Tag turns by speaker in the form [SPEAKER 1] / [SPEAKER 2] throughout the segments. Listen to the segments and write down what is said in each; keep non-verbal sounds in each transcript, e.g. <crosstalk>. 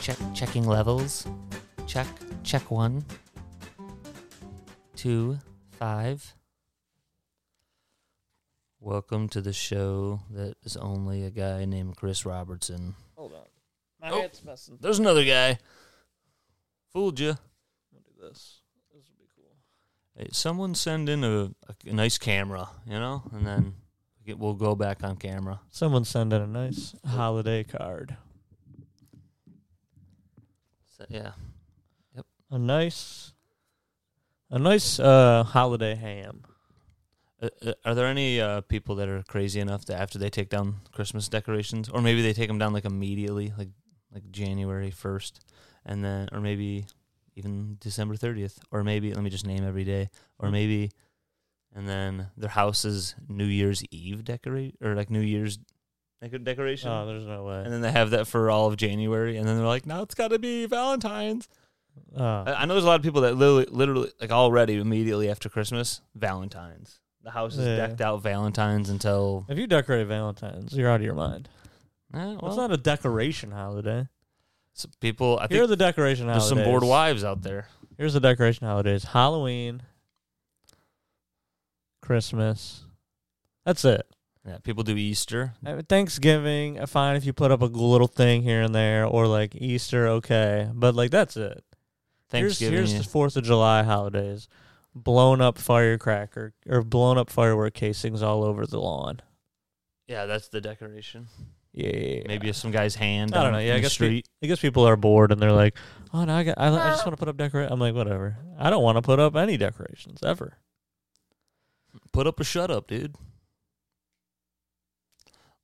[SPEAKER 1] Check checking levels. Check check one. Two five. Welcome to the show that is only a guy named Chris Robertson.
[SPEAKER 2] Hold on. My
[SPEAKER 1] Oh.
[SPEAKER 2] head's messing.
[SPEAKER 1] There's another guy. Fooled you.
[SPEAKER 2] I'm gonna do this. This will be cool.
[SPEAKER 1] Hey, someone send in a, a nice camera, you know, and then get, we'll go back on camera.
[SPEAKER 2] Someone send in a nice holiday card.
[SPEAKER 1] So, yeah.
[SPEAKER 2] A nice, a nice uh, holiday ham.
[SPEAKER 1] Uh, uh, are there any uh, people that are crazy enough that after they take down Christmas decorations, or maybe they take them down like immediately, like like January first, and then, or maybe even December thirtieth, or maybe let me just name every day, or maybe, and then their house is New Year's Eve decorate or like New Year's deco- decoration,
[SPEAKER 2] Oh, there's no way.
[SPEAKER 1] and then they have that for all of January, and then they're like, now it's got to be Valentine's.
[SPEAKER 2] Uh,
[SPEAKER 1] I I know there's a lot of people that literally, literally like already immediately after Christmas, Valentine's. The house is
[SPEAKER 2] Yeah.
[SPEAKER 1] decked out Valentine's until.
[SPEAKER 2] if you decorate Valentine's, you're out of your mind.
[SPEAKER 1] Eh, well,
[SPEAKER 2] it's not a decoration holiday.
[SPEAKER 1] s- people. I
[SPEAKER 2] Here are
[SPEAKER 1] think
[SPEAKER 2] the decoration
[SPEAKER 1] there's
[SPEAKER 2] holidays.
[SPEAKER 1] some bored wives out there.
[SPEAKER 2] Here's the decoration holidays: Halloween, Christmas. That's it.
[SPEAKER 1] Yeah, people do Easter.
[SPEAKER 2] Uh, Thanksgiving, uh, fine if you put up a little thing here and there, or like Easter, okay. But like that's it. Here's-
[SPEAKER 1] Thanksgiving.
[SPEAKER 2] Here's, the Fourth of July holidays. Blown up firecracker or blown up firework casings all over the lawn.
[SPEAKER 1] yeah, that's the decoration.
[SPEAKER 2] Yeah,
[SPEAKER 1] Maybe some guy's hand.
[SPEAKER 2] I
[SPEAKER 1] on-
[SPEAKER 2] don't know. Yeah,
[SPEAKER 1] in
[SPEAKER 2] I
[SPEAKER 1] the
[SPEAKER 2] guess
[SPEAKER 1] street.
[SPEAKER 2] I guess people are bored and they're like, "Oh no, I got, I, I just want to put up decorate." I'm like, whatever. I don't want to put up any decorations ever.
[SPEAKER 1] Put up or shut up, dude.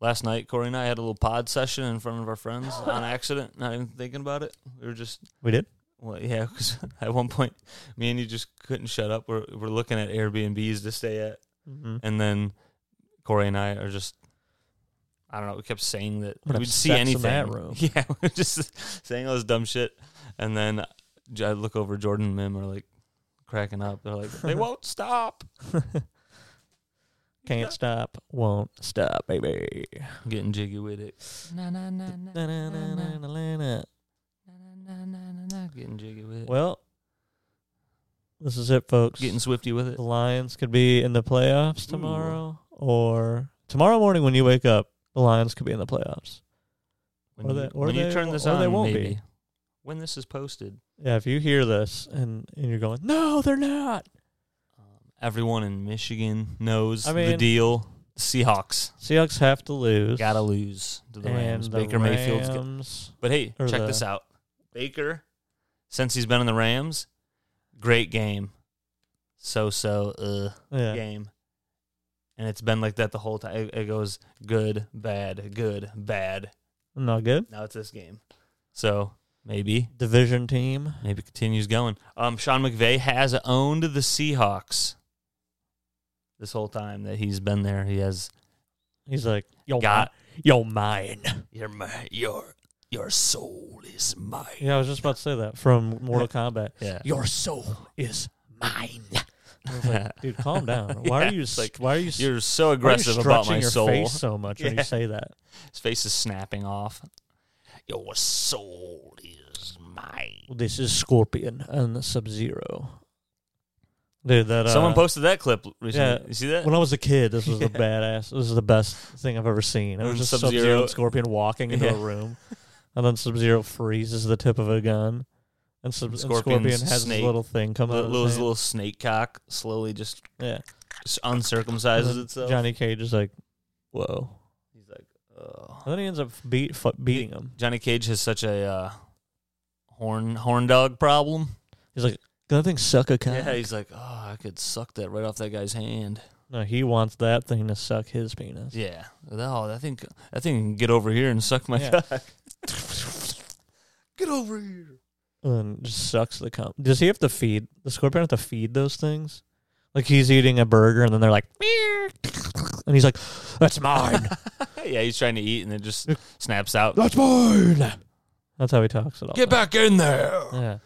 [SPEAKER 1] Last night, Corey and I had a little pod session in front of our friends on accident. Not even thinking about it. We were just
[SPEAKER 2] We did.
[SPEAKER 1] Well, yeah, <laughs> because at one point, me and you just couldn't shut up. We're we're looking at Airbnbs to stay at,
[SPEAKER 2] Mm-hmm.
[SPEAKER 1] and then Corey and I are just, I don't know. We kept saying that
[SPEAKER 2] We're gonna
[SPEAKER 1] we'd
[SPEAKER 2] have
[SPEAKER 1] see
[SPEAKER 2] sex
[SPEAKER 1] anything.
[SPEAKER 2] in that room.
[SPEAKER 1] <laughs> Yeah, we're just saying all this dumb shit, and then J- I look over Jordan and Mim are like cracking up. They're
[SPEAKER 2] <laughs>
[SPEAKER 1] like, they won't stop.
[SPEAKER 2] Can't stop, won't stop, baby.
[SPEAKER 1] Getting jiggy with it. Na na na na na na na
[SPEAKER 2] Na-na-na-na-na-na.
[SPEAKER 1] na na na. Getting jiggy with it.
[SPEAKER 2] Well, this is it, folks.
[SPEAKER 1] Getting swifty with it.
[SPEAKER 2] The Lions could be in the playoffs tomorrow, or tomorrow morning when you wake up, the Lions could be in the playoffs.
[SPEAKER 1] When,
[SPEAKER 2] Or
[SPEAKER 1] you,
[SPEAKER 2] they- or
[SPEAKER 1] when you
[SPEAKER 2] they
[SPEAKER 1] turn
[SPEAKER 2] wo-
[SPEAKER 1] this
[SPEAKER 2] or
[SPEAKER 1] on,
[SPEAKER 2] they won't be.
[SPEAKER 1] maybe. When this is posted.
[SPEAKER 2] Yeah, if you hear this and, and you're going, no, they're not.
[SPEAKER 1] Um, everyone in Michigan knows
[SPEAKER 2] I
[SPEAKER 1] the
[SPEAKER 2] mean-
[SPEAKER 1] deal. Seahawks
[SPEAKER 2] Seahawks have to lose.
[SPEAKER 1] gotta lose to the
[SPEAKER 2] And
[SPEAKER 1] Rams.
[SPEAKER 2] the
[SPEAKER 1] Baker Mayfield's. Got,
[SPEAKER 2] Rams-
[SPEAKER 1] but hey,
[SPEAKER 2] or
[SPEAKER 1] check
[SPEAKER 2] the-
[SPEAKER 1] this out. Baker, since he's been in the Rams, great game. So so uh
[SPEAKER 2] yeah.
[SPEAKER 1] game. And it's been like that the whole time. It, it goes good, bad, good, bad.
[SPEAKER 2] Not good.
[SPEAKER 1] Now it's this game. So maybe
[SPEAKER 2] Division team.
[SPEAKER 1] maybe it continues going. Um, Sean McVay has owned the Seahawks this whole time that he's been there. He has
[SPEAKER 2] He's like, yo,
[SPEAKER 1] Got-
[SPEAKER 2] mi- yo, mine.
[SPEAKER 1] your Oh, my, your your soul is mine.
[SPEAKER 2] Yeah, I was just about to say that from
[SPEAKER 1] <laughs>
[SPEAKER 2] Mortal Kombat.
[SPEAKER 1] Yeah.
[SPEAKER 2] Your soul is mine. I was like, dude, calm
[SPEAKER 1] <laughs>
[SPEAKER 2] down. Why
[SPEAKER 1] Yeah,
[SPEAKER 2] are you
[SPEAKER 1] it's
[SPEAKER 2] like? Why are you? s-
[SPEAKER 1] <laughs> You're so
[SPEAKER 2] why are you
[SPEAKER 1] aggressive about
[SPEAKER 2] stretching
[SPEAKER 1] my
[SPEAKER 2] your
[SPEAKER 1] soul.
[SPEAKER 2] Face so much when
[SPEAKER 1] Yeah.
[SPEAKER 2] you say that.
[SPEAKER 1] His face is snapping off. Your soul is mine.
[SPEAKER 2] This is Scorpion and Sub Zero. Dude, that uh,
[SPEAKER 1] Someone posted that clip recently.
[SPEAKER 2] yeah.
[SPEAKER 1] you see that?
[SPEAKER 2] When I was a kid, this was
[SPEAKER 1] <laughs>
[SPEAKER 2] the badass. This is the best thing I've ever seen. It
[SPEAKER 1] And
[SPEAKER 2] was just Sub
[SPEAKER 1] Sub-Zero-
[SPEAKER 2] Zero and Scorpion walking into
[SPEAKER 1] Yeah.
[SPEAKER 2] a room, and then Sub Zero freezes the tip of a gun, and, Sub- and
[SPEAKER 1] Scorpion's
[SPEAKER 2] Scorpion has his
[SPEAKER 1] snake.
[SPEAKER 2] little thing come out.
[SPEAKER 1] Little,
[SPEAKER 2] of
[SPEAKER 1] little,
[SPEAKER 2] his hand.
[SPEAKER 1] little snake cock slowly just
[SPEAKER 2] yeah.
[SPEAKER 1] s-
[SPEAKER 2] And
[SPEAKER 1] uncircumcises
[SPEAKER 2] then
[SPEAKER 1] itself.
[SPEAKER 2] Johnny Cage is like, whoa.
[SPEAKER 1] He's like, oh.
[SPEAKER 2] And then he ends up beat fu- beating him.
[SPEAKER 1] Johnny Cage has such a uh, horn horn dog problem.
[SPEAKER 2] He's like, that thing suck a cock.
[SPEAKER 1] Yeah, he's like, oh, I could suck that right off that guy's hand.
[SPEAKER 2] no, he wants that thing to suck his penis.
[SPEAKER 1] Yeah, oh, that thing, that thing can get over here and suck my
[SPEAKER 2] Yeah.
[SPEAKER 1] cock. get over here.
[SPEAKER 2] And just sucks the cum. Does he have to feed? Does Scorpion have to feed those things? Like he's eating a burger and then they're like, "Meow." and he's like, that's mine.
[SPEAKER 1] <laughs> yeah, he's trying to eat and it <laughs> just snaps out.
[SPEAKER 2] <laughs> that's mine. That's how he talks at all. times.
[SPEAKER 1] Get back in there.
[SPEAKER 2] Yeah.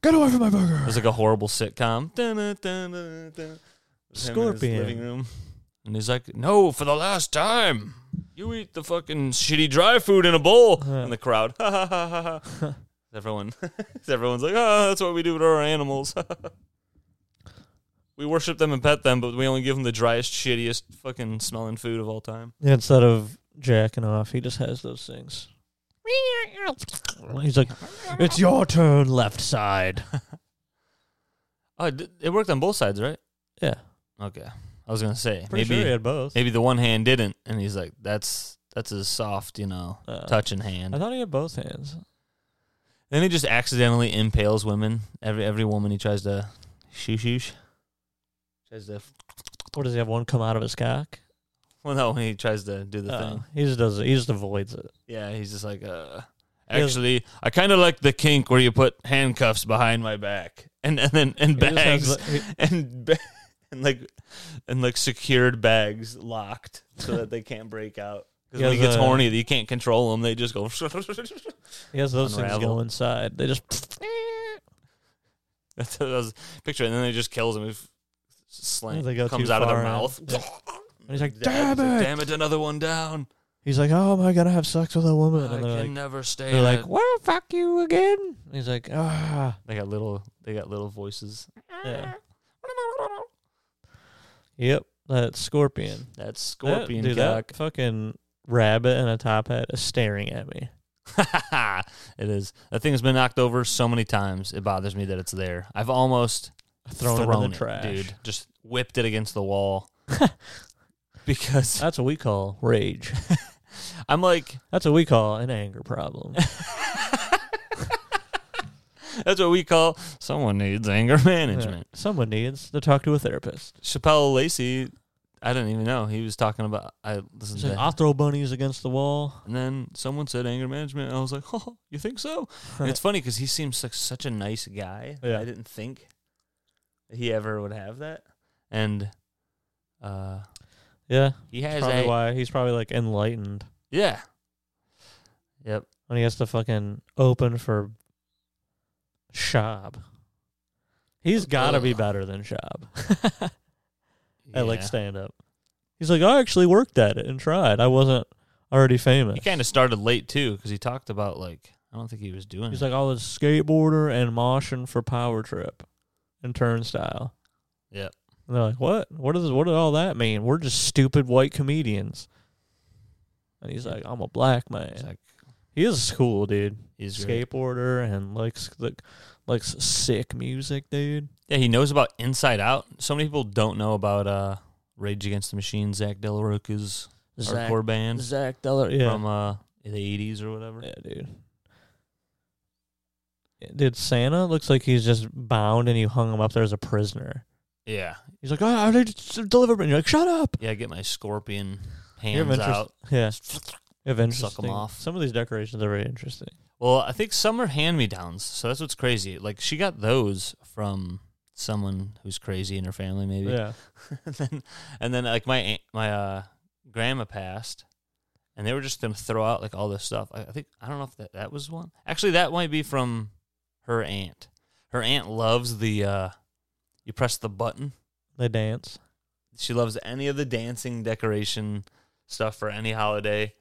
[SPEAKER 3] Get away from my burger.
[SPEAKER 1] It's like a horrible sitcom. Dun-dun-dun-dun-dun. It's him in his
[SPEAKER 2] Scorpion.
[SPEAKER 1] living room, and he's like, "No, for the last time, you eat the fucking shitty dry food in a bowl."
[SPEAKER 2] Yeah. <laughs>
[SPEAKER 1] In the crowd, ha ha ha ha. Everyone, <laughs> everyone's like, oh, that's what we do to our animals. <laughs> we worship them and pet them, but we only give them the driest, shittiest, fucking smelling food of all time.
[SPEAKER 2] Instead of jacking off, he just has those things. He's like, it's your turn, left side.
[SPEAKER 1] Oh, it, did- it worked on both sides, right?
[SPEAKER 2] Yeah.
[SPEAKER 1] Okay, I was gonna say
[SPEAKER 2] Pretty
[SPEAKER 1] maybe
[SPEAKER 2] sure he had both.
[SPEAKER 1] maybe the one hand didn't, and he's like, that's that's his soft, you know,
[SPEAKER 2] Uh,
[SPEAKER 1] touching
[SPEAKER 2] I
[SPEAKER 1] hand.
[SPEAKER 2] thought he had both hands.
[SPEAKER 1] Then he just accidentally impales women. Every every woman he tries to shoosh shoosh. Tries to
[SPEAKER 2] Or does he have one come out of his cock?
[SPEAKER 1] well, no, he tries to do the
[SPEAKER 2] Uh,
[SPEAKER 1] thing.
[SPEAKER 2] he just does it. He just avoids it.
[SPEAKER 1] Yeah, he's just like, uh,
[SPEAKER 2] He has-
[SPEAKER 1] actually, I kind of like the kink where you put handcuffs behind my back and and then and
[SPEAKER 2] He just has
[SPEAKER 1] bags
[SPEAKER 2] the- he-
[SPEAKER 1] and ba- and like and like secured bags locked so that they can't break out. Because
[SPEAKER 2] He
[SPEAKER 1] when he
[SPEAKER 2] has
[SPEAKER 1] gets
[SPEAKER 2] a-
[SPEAKER 1] horny, you can't control them. They
[SPEAKER 2] <laughs>
[SPEAKER 1] just go. <laughs>
[SPEAKER 2] he has those things
[SPEAKER 1] Unravel.
[SPEAKER 2] go inside. They just <laughs>
[SPEAKER 1] <laughs> That's what I was picturing. And then it just kills him. It f- slam
[SPEAKER 2] They go
[SPEAKER 1] comes
[SPEAKER 2] too
[SPEAKER 1] out of their
[SPEAKER 2] far in.
[SPEAKER 1] mouth. <laughs>
[SPEAKER 2] Yeah. And he's like,
[SPEAKER 1] Dead.
[SPEAKER 2] "Damn it!"
[SPEAKER 1] Damn it! Another one down.
[SPEAKER 2] He's like, "Oh my god, I have sex with a woman,"
[SPEAKER 1] I
[SPEAKER 2] and they're
[SPEAKER 1] can
[SPEAKER 2] like,
[SPEAKER 1] never stay.
[SPEAKER 2] "They're
[SPEAKER 1] in
[SPEAKER 2] like,
[SPEAKER 1] it.
[SPEAKER 2] well, fuck you again." And he's like, "Ah."
[SPEAKER 1] they got little. They got little voices.
[SPEAKER 2] Yeah. Yep, that scorpion.
[SPEAKER 1] That's
[SPEAKER 2] That-
[SPEAKER 1] scorpion
[SPEAKER 2] dude,
[SPEAKER 1] cock.
[SPEAKER 2] That fucking rabbit in a top hat is staring at me.
[SPEAKER 1] <laughs> it is. That thing's been knocked over so many times. It bothers me that it's there. I've almost
[SPEAKER 2] Thrown,
[SPEAKER 1] thrown,
[SPEAKER 2] it in the
[SPEAKER 1] it,
[SPEAKER 2] trash.
[SPEAKER 1] <laughs> dude. Just whipped it against the <laughs> wall <laughs> because
[SPEAKER 2] That's what we call rage.
[SPEAKER 1] I'm <laughs> like,
[SPEAKER 2] That's what we call an anger problem.
[SPEAKER 1] that's what we call someone needs anger <laughs> management.
[SPEAKER 2] Yeah. <laughs> Someone needs to talk to a therapist.
[SPEAKER 1] Chappelle Lacey, I didn't even know he was talking about. I listened
[SPEAKER 2] He's
[SPEAKER 1] to
[SPEAKER 2] like,
[SPEAKER 1] that.
[SPEAKER 2] I'll throw bunnies against the wall.
[SPEAKER 1] And then someone said anger management. And I was like, <laughs> oh, you think so? And it's funny because he seems like such a nice guy. that
[SPEAKER 2] Yeah.
[SPEAKER 1] I didn't think he ever would have that. And uh,
[SPEAKER 2] Yeah,
[SPEAKER 1] he has
[SPEAKER 2] probably
[SPEAKER 1] a.
[SPEAKER 2] why he's probably like enlightened
[SPEAKER 1] Yeah. Yep.
[SPEAKER 2] when he has to fucking open for Shab. He's got to be
[SPEAKER 1] Ugh.
[SPEAKER 2] better than Shab <laughs>
[SPEAKER 1] Yeah.
[SPEAKER 2] at like stand up. He's like, I actually worked at it and tried. I wasn't already famous.
[SPEAKER 1] He kind of started late too because he talked about like, I don't think he was doing
[SPEAKER 2] He's
[SPEAKER 1] it.
[SPEAKER 2] like, I was skateboarder and moshing for Power Trip and Turnstile.
[SPEAKER 1] Yep.
[SPEAKER 2] And they're like, what? What does what does all that mean? We're just stupid white comedians. And he's like, I'm a black
[SPEAKER 1] He's
[SPEAKER 2] man.
[SPEAKER 1] like,
[SPEAKER 2] He is cool, dude.
[SPEAKER 1] he's great.
[SPEAKER 2] skateboarder and likes the likes sick music, dude.
[SPEAKER 1] Yeah, he knows about Inside Out. So many people don't know about uh, Rage Against the Machine, Zach Del Roca's hardcore band
[SPEAKER 2] Zach Deller, yeah,
[SPEAKER 1] from uh, the 80s or whatever.
[SPEAKER 2] yeah, dude. Yeah, Dude, Santa looks like he's just bound and you hung him up there as a prisoner.
[SPEAKER 1] Yeah.
[SPEAKER 2] He's like, oh, I need to deliver, and you're like, shut up.
[SPEAKER 1] Yeah, get my scorpion
[SPEAKER 2] You have
[SPEAKER 1] hands
[SPEAKER 2] interest-
[SPEAKER 1] out.
[SPEAKER 2] Yeah, you have interesting.
[SPEAKER 1] 'em off.
[SPEAKER 2] Some of these decorations are very interesting.
[SPEAKER 1] Well, I think some are hand me downs, so that's what's crazy. Like she got those from someone who's crazy in her family, maybe.
[SPEAKER 2] Yeah,
[SPEAKER 1] <laughs> and then, and then like my aunt, my uh, grandma passed, and they were just gonna throw out like all this stuff. I, I think I don't know if that that was one. Actually, that might be from her aunt. Her aunt loves the. uh You press the button.
[SPEAKER 2] they dance.
[SPEAKER 1] She loves any of the dancing decoration stuff for any holiday.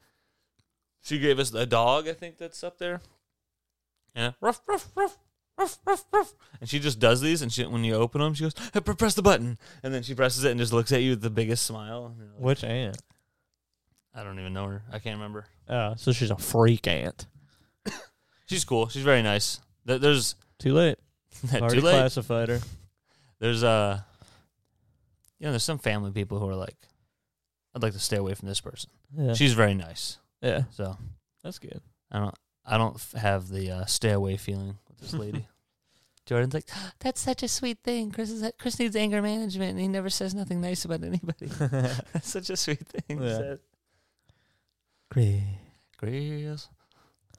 [SPEAKER 1] She gave us a dog, I think that's up there. Yeah, ruff, ruff, ruff, ruff, ruff, ruff. And she just does these, and she, when you open them, she goes, "Hey, pre- "Press the button," and then she presses it and just looks at you with the biggest smile. And you're like,
[SPEAKER 2] Which aunt?
[SPEAKER 1] I don't even know her. I can't remember.
[SPEAKER 2] Oh, so she's a freak aunt.
[SPEAKER 1] She's cool. She's very nice. There- There's <laughs>
[SPEAKER 2] Too late.
[SPEAKER 1] too
[SPEAKER 2] Already
[SPEAKER 1] late.
[SPEAKER 2] classified her.
[SPEAKER 1] There's uh, you know, there's some family people who are like, "I'd like to stay away from this person."
[SPEAKER 2] Yeah,
[SPEAKER 1] She's very nice.
[SPEAKER 2] yeah,
[SPEAKER 1] So
[SPEAKER 2] that's good.
[SPEAKER 1] I don't I don't f- have the uh, stay away feeling with
[SPEAKER 2] <laughs>
[SPEAKER 1] this lady. Jordan's like, <laughs> that's such a sweet thing. Chris is Chris needs anger management, and he never says nothing nice about anybody. that's such a sweet thing.
[SPEAKER 2] Yeah.
[SPEAKER 1] Yeah.
[SPEAKER 2] Great.
[SPEAKER 1] Chris.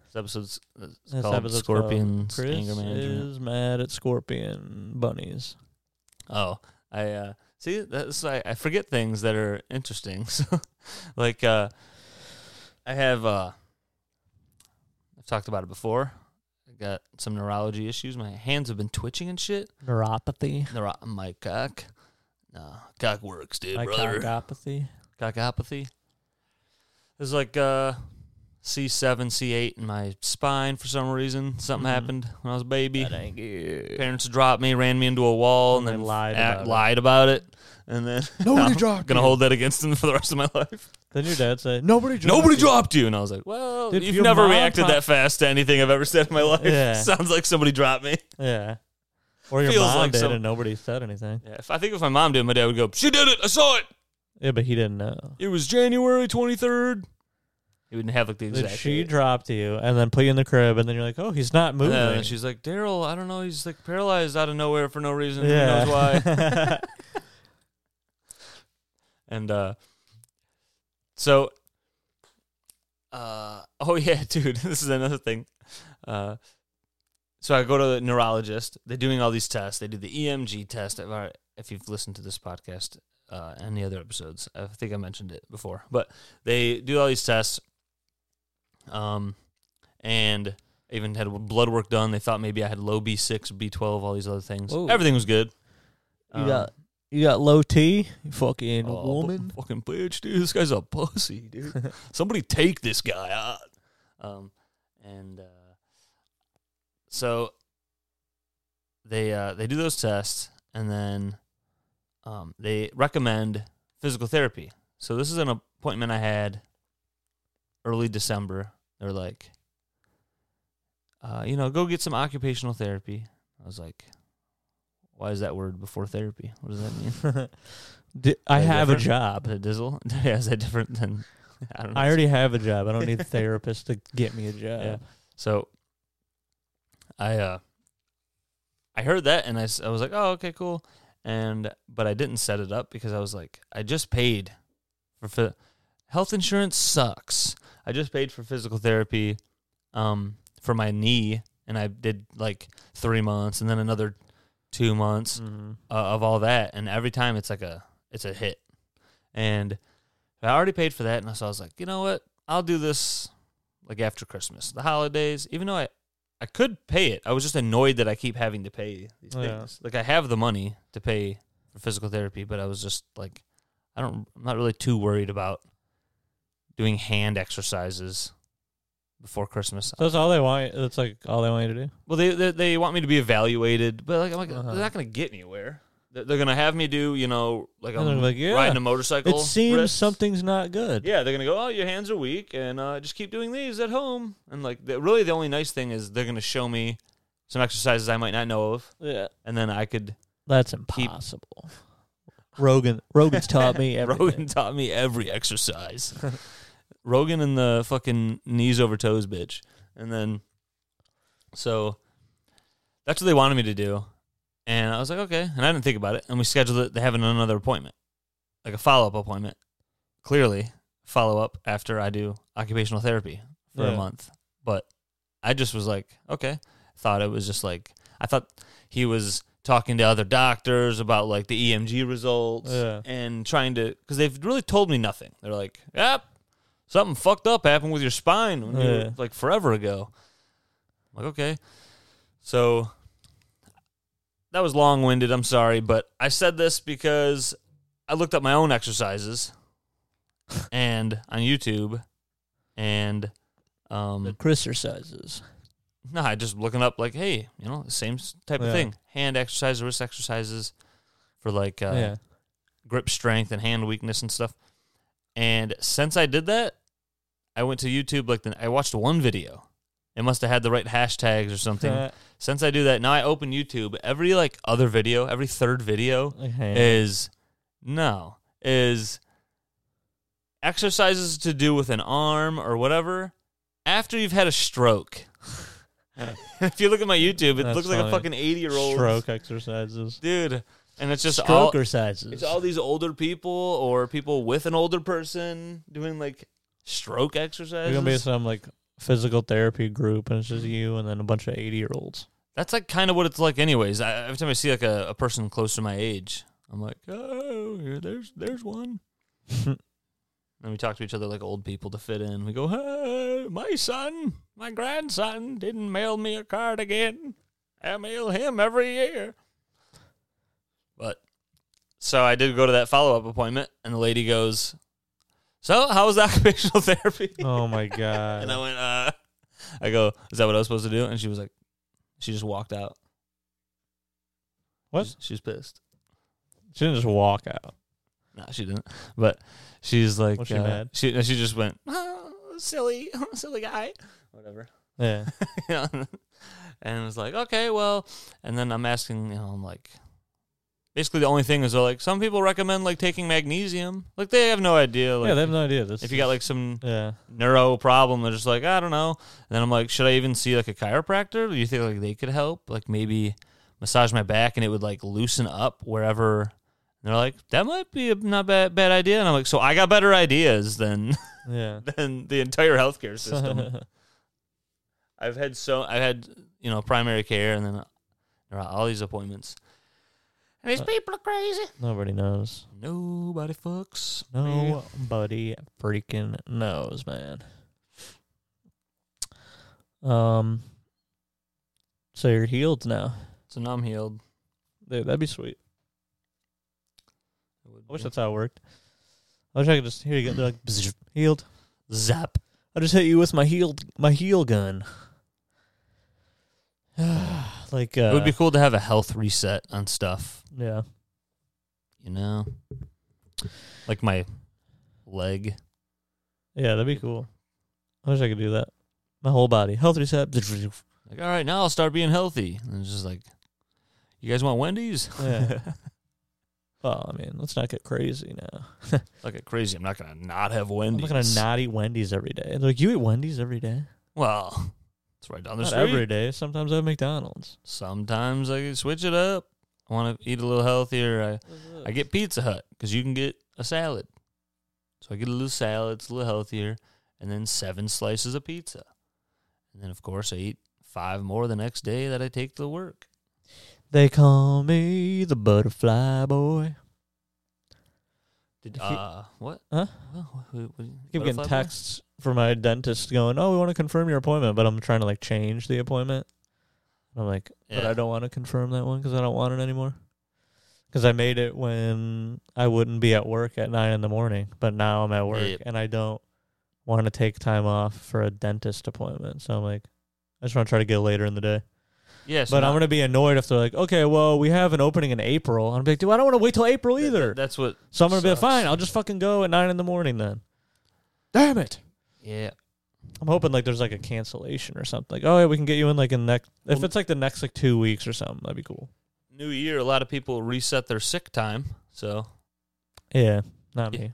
[SPEAKER 1] This episode's uh, it's
[SPEAKER 2] This
[SPEAKER 1] called
[SPEAKER 2] episode's called
[SPEAKER 1] Scorpions
[SPEAKER 2] Chris
[SPEAKER 1] Anger Management.
[SPEAKER 2] is mad at scorpion bunnies.
[SPEAKER 1] Oh, I uh, see. That's I, I forget things that are interesting. <laughs> So, like, uh, I have uh, I've talked about it before. I got some neurology issues. My hands have been twitching and shit.
[SPEAKER 2] Neuropathy.
[SPEAKER 1] Neuro- my cock. No, cock works, dude, brother.
[SPEAKER 2] Lycopathy.
[SPEAKER 1] Cockopathy. There's like uh, C7, C8 in my spine for some reason. Something
[SPEAKER 2] Mhm.
[SPEAKER 1] happened when I was a baby.
[SPEAKER 2] That ain't good.
[SPEAKER 1] Parents dropped me, ran me into a wall, and,
[SPEAKER 2] And they
[SPEAKER 1] then
[SPEAKER 2] lied
[SPEAKER 1] act-
[SPEAKER 2] about it. <laughs>
[SPEAKER 1] lied about it. And then
[SPEAKER 3] Nobody
[SPEAKER 1] I'm
[SPEAKER 3] dropped
[SPEAKER 1] Gonna <laughs>
[SPEAKER 3] you.
[SPEAKER 1] hold that against them for the rest of my life.
[SPEAKER 2] Then your dad said,
[SPEAKER 3] Nobody dropped
[SPEAKER 1] <laughs> Nobody
[SPEAKER 3] you.
[SPEAKER 1] dropped you, and I was like, "Well,
[SPEAKER 2] Dude,
[SPEAKER 1] you've
[SPEAKER 2] your
[SPEAKER 1] never
[SPEAKER 2] mom
[SPEAKER 1] reacted
[SPEAKER 2] prob-
[SPEAKER 1] that fast to anything I've ever said in my life.
[SPEAKER 2] Yeah.
[SPEAKER 1] <laughs> Sounds like somebody dropped me."
[SPEAKER 2] "Yeah." Or your
[SPEAKER 1] Feels
[SPEAKER 2] mom
[SPEAKER 1] like
[SPEAKER 2] did,
[SPEAKER 1] some-
[SPEAKER 2] and nobody said anything.
[SPEAKER 1] Yeah, if I think if my mom did, my dad would go, "She did it. I saw it.
[SPEAKER 2] Yeah, but he didn't know.
[SPEAKER 1] It was January 23rd." He wouldn't have like the
[SPEAKER 2] That
[SPEAKER 1] exact.
[SPEAKER 2] she
[SPEAKER 1] date.
[SPEAKER 2] dropped you, and then put you in the crib, and then you're like, "Oh, he's not moving."
[SPEAKER 1] Yeah, and she's like, "Daryl, I don't know. He's like paralyzed out of nowhere for no reason. Who
[SPEAKER 2] <laughs>
[SPEAKER 1] knows why?" <laughs>
[SPEAKER 2] why.
[SPEAKER 1] And uh so uh oh <laughs> yeah, dude, this is another thing. Uh so I go to the neurologist. They're doing all these tests. They do the EMG test. If I- If you've listened to this podcast, uh, any other episodes, I think I mentioned it before, but they do all these tests. Um, and I even had blood work done. They thought maybe I had low B six, B twelve, all these other things.
[SPEAKER 2] Whoa.
[SPEAKER 1] Everything was good.
[SPEAKER 2] you
[SPEAKER 1] Um,
[SPEAKER 2] got you got low T, you fucking
[SPEAKER 1] Oh, bu-
[SPEAKER 2] woman.
[SPEAKER 1] Fucking bitch, dude. This guy's a pussy, dude. Somebody take this guy out. Um, and uh, so they uh, they do those tests, and then um, they recommend physical therapy. So this is an appointment I had early December. They're like, uh, you know, go get some occupational therapy. I was like, why is that word before therapy? What does that mean?
[SPEAKER 2] <laughs> D- I
[SPEAKER 1] Is that
[SPEAKER 2] have a
[SPEAKER 1] different?
[SPEAKER 2] job.
[SPEAKER 1] The Dizzle? <laughs> yeah, is that different than <laughs> I don't know.
[SPEAKER 2] I already have a job. I don't need a therapist to get me a job.
[SPEAKER 1] Yeah. so I uh I heard that and I, s- I was like, oh okay, cool. And but I didn't set it up because I was like, I just paid for phy- health insurance sucks. I just paid for physical therapy um for my knee and I did like three months and then another two months
[SPEAKER 2] Mhm.
[SPEAKER 1] uh, of all that, and every time it's like a it's a hit. And I already paid for that, and so I was like, you know what? I'll do this like after Christmas, the holidays. Even though I I could pay it, I was just annoyed that I keep having to pay these
[SPEAKER 2] Yeah.
[SPEAKER 1] things. Like I have the money to pay for physical therapy, but I was just like, I don't, I'm not really too worried about doing hand exercises before Christmas.
[SPEAKER 2] So that's all they want. That's like all they want you to do.
[SPEAKER 1] Well, they, they they want me to be evaluated, but like I'm like
[SPEAKER 2] Uh-huh.
[SPEAKER 1] they're not gonna get anywhere. They're, they're gonna have me do you know like
[SPEAKER 2] And they're
[SPEAKER 1] I'm
[SPEAKER 2] like, yeah,
[SPEAKER 1] riding a motorcycle.
[SPEAKER 2] It seems
[SPEAKER 1] wrist.
[SPEAKER 2] something's not good.
[SPEAKER 1] Yeah, they're gonna go. Oh, your hands are weak, and uh, just keep doing these at home. And like the, really, the only nice thing is they're gonna show me some exercises I might not know of,
[SPEAKER 2] Yeah.
[SPEAKER 1] and then I could.
[SPEAKER 2] That's impossible. Rogan Rogan's taught <laughs> me everything.
[SPEAKER 1] Rogan taught me every exercise. <laughs> Rogan and the fucking knees over toes bitch, and then so that's what they wanted me to do, and I was like, okay, and I didn't think about it, and we scheduled it. They have another appointment, like a follow up appointment. Clearly, follow up after I do occupational therapy for
[SPEAKER 2] Yeah.
[SPEAKER 1] a month, but I just was like, okay, thought it was just like I thought he was talking to other doctors about like the EMG results
[SPEAKER 2] Yeah.
[SPEAKER 1] and trying to because they've really told me nothing. They're like, yep, something fucked up happened with your spine when you
[SPEAKER 2] Yeah.
[SPEAKER 1] were, like forever ago. I'm like, okay, so that was long winded. I'm sorry, but I said this because I looked up my own exercises and on YouTube and um
[SPEAKER 2] The exercises.
[SPEAKER 1] no, I just looking up like, hey, you know, the same s- type
[SPEAKER 2] Yeah.
[SPEAKER 1] of thing. Hand exercises, wrist exercises for like uh,
[SPEAKER 2] yeah.
[SPEAKER 1] grip strength and hand weakness and stuff. And since I did that, I went to YouTube like the, I watched one video. It must have had the right hashtags or something.
[SPEAKER 2] <laughs> Uh,
[SPEAKER 1] since I do that, now I open YouTube. Every like other video, every third video
[SPEAKER 2] okay.
[SPEAKER 1] is no is exercises to do with an arm or whatever after you've had
[SPEAKER 2] <laughs>
[SPEAKER 1] a stroke. <laughs> if you look at my YouTube, it
[SPEAKER 2] That's
[SPEAKER 1] looks like a
[SPEAKER 2] funny.
[SPEAKER 1] fucking eighty year old
[SPEAKER 2] stroke exercises.
[SPEAKER 1] dude, and it's just
[SPEAKER 2] Stroke
[SPEAKER 1] all
[SPEAKER 2] exercises.
[SPEAKER 1] it's all these older people or people with an older person doing like stroke
[SPEAKER 2] You're
[SPEAKER 1] exercises.
[SPEAKER 2] gonna be some like physical therapy group, and it's just you, and then a bunch of eighty year olds.
[SPEAKER 1] That's like kind of what it's like, anyways. I, every time I see like a, a person close to my age, I'm like, oh, here, there's there's one. And we talk to each other like old people to fit in. We go, hey, my son, my grandson didn't mail me a card again. I mail him every year. But so I did go to that follow up appointment, and the lady goes, So, how was occupational <laughs> therapy?
[SPEAKER 2] <laughs> Oh my god.
[SPEAKER 1] <laughs> And I went, uh, <laughs> I go, is that what I was supposed to do? And she was like, she just walked out.
[SPEAKER 2] What?
[SPEAKER 1] She's- She's pissed.
[SPEAKER 2] she didn't just walk out.
[SPEAKER 1] No, she didn't. But she's like,
[SPEAKER 2] Was she
[SPEAKER 1] uh,
[SPEAKER 2] mad?
[SPEAKER 1] She, no, she just went, "Oh, <laughs> silly, <laughs> silly guy. Whatever.
[SPEAKER 2] Yeah.
[SPEAKER 1] <laughs> Yeah. and it was like, okay, well, and then I'm asking, you know, I'm like, basically the only thing is they're like, some people recommend like taking magnesium. Like they have no idea. Like,
[SPEAKER 2] yeah, they have no idea. This
[SPEAKER 1] if you got like some
[SPEAKER 2] Yeah.
[SPEAKER 1] neuro problem, they're just like, I don't know. And then I'm like, should I even see like a chiropractor? Do you think like they could help? Like maybe massage my back and it would like loosen up wherever. And they're like, that might be a not bad bad idea. And I'm like, so I got better ideas than <laughs>
[SPEAKER 2] Yeah.
[SPEAKER 1] than the entire healthcare system.
[SPEAKER 2] <laughs>
[SPEAKER 1] I've had so I've had you know primary care and then uh, there are all these appointments. And these
[SPEAKER 2] Uh,
[SPEAKER 1] people are crazy.
[SPEAKER 2] Nobody knows.
[SPEAKER 1] Nobody fucks. me.
[SPEAKER 2] Nobody freaking knows, man. Um so you're healed now.
[SPEAKER 1] So now I'm healed.
[SPEAKER 2] Dude, that'd be sweet.
[SPEAKER 1] It would
[SPEAKER 2] I wish
[SPEAKER 1] be-
[SPEAKER 2] that's how it worked. I wish I could just here you go. They're like "Bzzz, healed.
[SPEAKER 1] zap.
[SPEAKER 2] I just hit you with my heel my heel gun. <sighs>
[SPEAKER 1] <laughs>
[SPEAKER 2] like uh,
[SPEAKER 1] it would be cool to have a health reset on stuff.
[SPEAKER 2] yeah.
[SPEAKER 1] You know, like my leg.
[SPEAKER 2] Yeah, that'd be cool. I wish I could do that. My whole body. Health reset. <laughs>
[SPEAKER 1] Like all right, now I'll start being healthy. And it's just like, you guys
[SPEAKER 2] <laughs>
[SPEAKER 1] want Wendy's? <laughs>
[SPEAKER 2] Yeah. well, I mean, let's not get crazy now.
[SPEAKER 1] Like a crazy. I'm not gonna not have
[SPEAKER 2] I'm not
[SPEAKER 1] Wendy's.
[SPEAKER 2] gonna not eat Wendy's every day. They're like, you eat Wendy's every day?
[SPEAKER 1] Well, it's right down the
[SPEAKER 2] Not
[SPEAKER 1] street.
[SPEAKER 2] every day. Sometimes I have McDonald's.
[SPEAKER 1] Sometimes I can switch it up. I want to eat a little healthier. I, I get Pizza Hut because you can get a salad. So I get a little salad, it's a little healthier, and then seven slices of pizza. And then, of course, I eat five more the next day that I take to work.
[SPEAKER 2] They call me the butterfly boy.
[SPEAKER 1] Did
[SPEAKER 2] If you-
[SPEAKER 1] uh, what?
[SPEAKER 2] Huh?
[SPEAKER 1] Well, wh- wh- wh-
[SPEAKER 2] keep getting
[SPEAKER 1] butterfly boy?
[SPEAKER 2] texts from my dentist going, "Oh, we want to confirm your appointment," but I'm trying to like change the appointment. I'm like, but
[SPEAKER 1] Yeah.
[SPEAKER 2] I don't want to confirm that one because I don't want it anymore. Because I made it when I wouldn't be at work at nine in the morning, but now I'm at work
[SPEAKER 1] Yep.
[SPEAKER 2] and I don't want to take time off for a dentist appointment. So I'm like, I just want to try to get it later in the day.
[SPEAKER 1] Yeah, so
[SPEAKER 2] but
[SPEAKER 1] now-
[SPEAKER 2] I'm gonna be annoyed if they're like, okay, well, we have an opening in April. I'm like, dude, I don't want to wait till April
[SPEAKER 1] th- th-
[SPEAKER 2] either.
[SPEAKER 1] That's what.
[SPEAKER 2] so I'm gonna be like,
[SPEAKER 1] sucks.
[SPEAKER 2] fine. I'll just fucking go at nine in the morning then.
[SPEAKER 3] Damn it.
[SPEAKER 1] Yeah.
[SPEAKER 2] I'm hoping like there's like a cancellation or something. Like, oh yeah, we can get you in like in next if
[SPEAKER 1] Well-
[SPEAKER 2] it's like the next like two weeks or something, that'd be cool.
[SPEAKER 1] New year, a lot of people reset their sick time. So,
[SPEAKER 2] Yeah, not
[SPEAKER 1] Yeah,
[SPEAKER 2] me.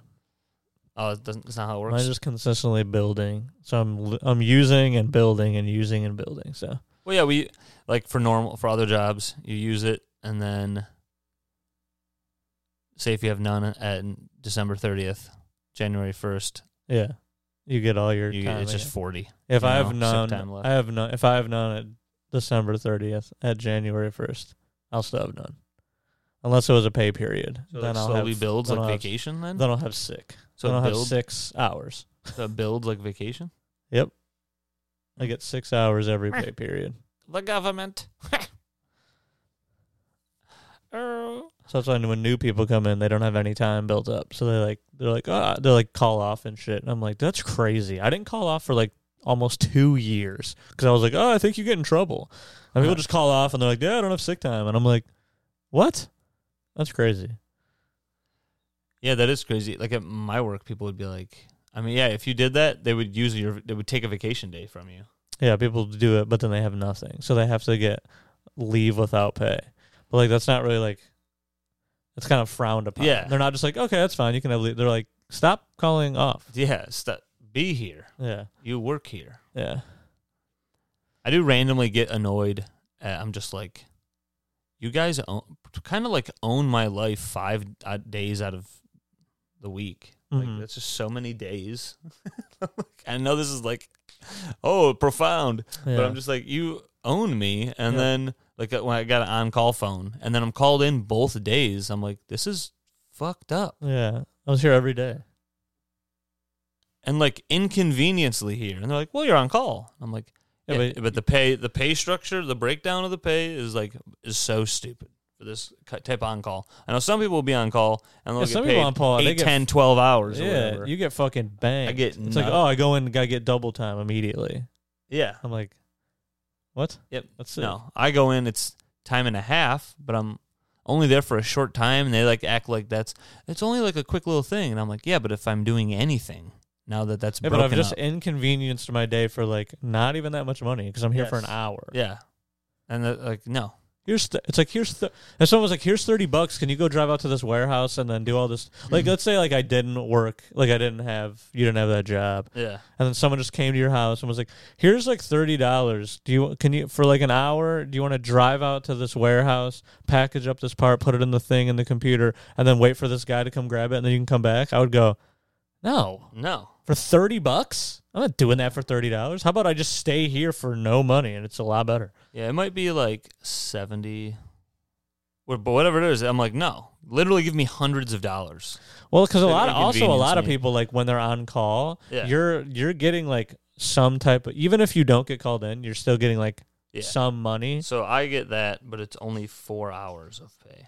[SPEAKER 1] oh, it doesn't, that's not how it
[SPEAKER 2] I'm
[SPEAKER 1] works.
[SPEAKER 2] just consistently building, so I'm li- I'm using and building and using and building. So
[SPEAKER 1] Well, yeah, we like for normal for other jobs, you use it and then say if you have none at December thirtieth, January first,
[SPEAKER 2] yeah, you get all your
[SPEAKER 1] you
[SPEAKER 2] time.
[SPEAKER 1] get, it's
[SPEAKER 2] I
[SPEAKER 1] just
[SPEAKER 2] guess.
[SPEAKER 1] forty.
[SPEAKER 2] if
[SPEAKER 1] you
[SPEAKER 2] I
[SPEAKER 1] know,
[SPEAKER 2] have
[SPEAKER 1] sick time
[SPEAKER 2] none,
[SPEAKER 1] left.
[SPEAKER 2] I have none. If I have none at December 30th at January 1st, I'll still have none, unless it was a pay period.
[SPEAKER 1] So
[SPEAKER 2] then
[SPEAKER 1] it
[SPEAKER 2] I'll
[SPEAKER 1] slowly
[SPEAKER 2] have,
[SPEAKER 1] builds
[SPEAKER 2] then
[SPEAKER 1] like
[SPEAKER 2] I'll have-
[SPEAKER 1] vacation then.
[SPEAKER 2] Then I'll have sick.
[SPEAKER 1] so
[SPEAKER 2] then I'll
[SPEAKER 1] it
[SPEAKER 2] have
[SPEAKER 1] builds,
[SPEAKER 2] six hours.
[SPEAKER 1] so it builds like vacation.
[SPEAKER 2] I get six hours every pay period.
[SPEAKER 1] The
[SPEAKER 2] <laughs>
[SPEAKER 1] government. oh,
[SPEAKER 2] So that's why when new people come in, they don't have any time built up. So they like they're like ah, they like call off and shit. And I'm like, that's crazy. I didn't call off for like almost two years because I was like, oh, I think you get in trouble. And
[SPEAKER 1] Uh-huh.
[SPEAKER 2] people just call off and they're like, yeah, I don't have sick time. And I'm like, what? That's crazy.
[SPEAKER 1] yeah, that is crazy. Like at my work, people would be like, I mean, yeah, if you did that, they would use your, they would take a vacation day from you.
[SPEAKER 2] Yeah, people do it, but then they have nothing, so they have to get leave without pay. But like that's not really like that's kind of frowned upon.
[SPEAKER 1] Yeah.
[SPEAKER 2] they're not just like, okay, that's fine, you can have leave. They're like, stop calling off.
[SPEAKER 1] Yeah, st- be here.
[SPEAKER 2] Yeah,
[SPEAKER 1] You work here.
[SPEAKER 2] yeah.
[SPEAKER 1] I do randomly get annoyed. At, I'm just like, you guys own, kind of like own my life five uh, days out of the week. Like
[SPEAKER 2] Mhm.
[SPEAKER 1] that's just so many days. <laughs> I know this is like, oh, profound,
[SPEAKER 2] yeah.
[SPEAKER 1] but I'm just like, you own me. And
[SPEAKER 2] Yeah.
[SPEAKER 1] then like uh, when I got an on-call phone, and then I'm called in both days. I'm like, this is fucked up
[SPEAKER 2] Yeah. I was here every day.
[SPEAKER 1] and like inconveniently here. And they're like, well, you're on call. I'm like.
[SPEAKER 2] Yeah,
[SPEAKER 1] Yeah,
[SPEAKER 2] but-
[SPEAKER 1] but, the pay the pay structure, the breakdown of the pay is like is so stupid for for this ki- type of on call. I know some people will be on call and they'll
[SPEAKER 2] Yeah,
[SPEAKER 1] get
[SPEAKER 2] some
[SPEAKER 1] paid
[SPEAKER 2] people on call, they
[SPEAKER 1] 8,
[SPEAKER 2] get-
[SPEAKER 1] 10, 12 hours or
[SPEAKER 2] Yeah,
[SPEAKER 1] whatever.
[SPEAKER 2] you get fucking banged.
[SPEAKER 1] I get
[SPEAKER 2] It's like,
[SPEAKER 1] nut-
[SPEAKER 2] oh, I go in, gotta get double time immediately.
[SPEAKER 1] yeah.
[SPEAKER 2] I'm like, what?
[SPEAKER 1] Yep.
[SPEAKER 2] That's it.
[SPEAKER 1] No, I go in. It's time and a half, but I'm only there for a short time, and they like act like that's it's only like a quick little thing, and I'm like, yeah, but if I'm doing anything now that that's
[SPEAKER 2] Yeah, but
[SPEAKER 1] broken
[SPEAKER 2] I've just
[SPEAKER 1] up,
[SPEAKER 2] inconvenienced my day for like not even that much money because I'm here for an
[SPEAKER 1] Yes.
[SPEAKER 2] hour.
[SPEAKER 1] yeah, and they're like no,
[SPEAKER 2] Here's th- it's like here's th- and someone was like here's thirty bucks. Can you go drive out to this warehouse and then do all this?
[SPEAKER 1] Mm-hmm.
[SPEAKER 2] Like let's say like I didn't work, like I didn't have you didn't have that job,
[SPEAKER 1] yeah,
[SPEAKER 2] and then someone just came to your house and was like, here's like thirty dollars. Do you can you for like an hour? Do you want to drive out to this warehouse, package up this part, put it in the thing in the computer, and then wait for this guy to come grab it, and then you can come back? I would go, no,
[SPEAKER 1] no,
[SPEAKER 2] for thirty bucks. I'm not doing that for thirty dollars. How about I just stay here for no money and it's a lot better.
[SPEAKER 1] yeah, it might be like seventy, wh- but whatever it is, I'm like no, literally give me hundreds of dollars,
[SPEAKER 2] Well, because a
[SPEAKER 1] It
[SPEAKER 2] lot, also a lot of
[SPEAKER 1] inconvenienced me.
[SPEAKER 2] people like when they're on call,
[SPEAKER 1] Yeah.
[SPEAKER 2] you're you're getting like some type of even if you don't get called in, you're still getting like
[SPEAKER 1] yeah.
[SPEAKER 2] some money.
[SPEAKER 1] so I get that, but it's only four hours of pay.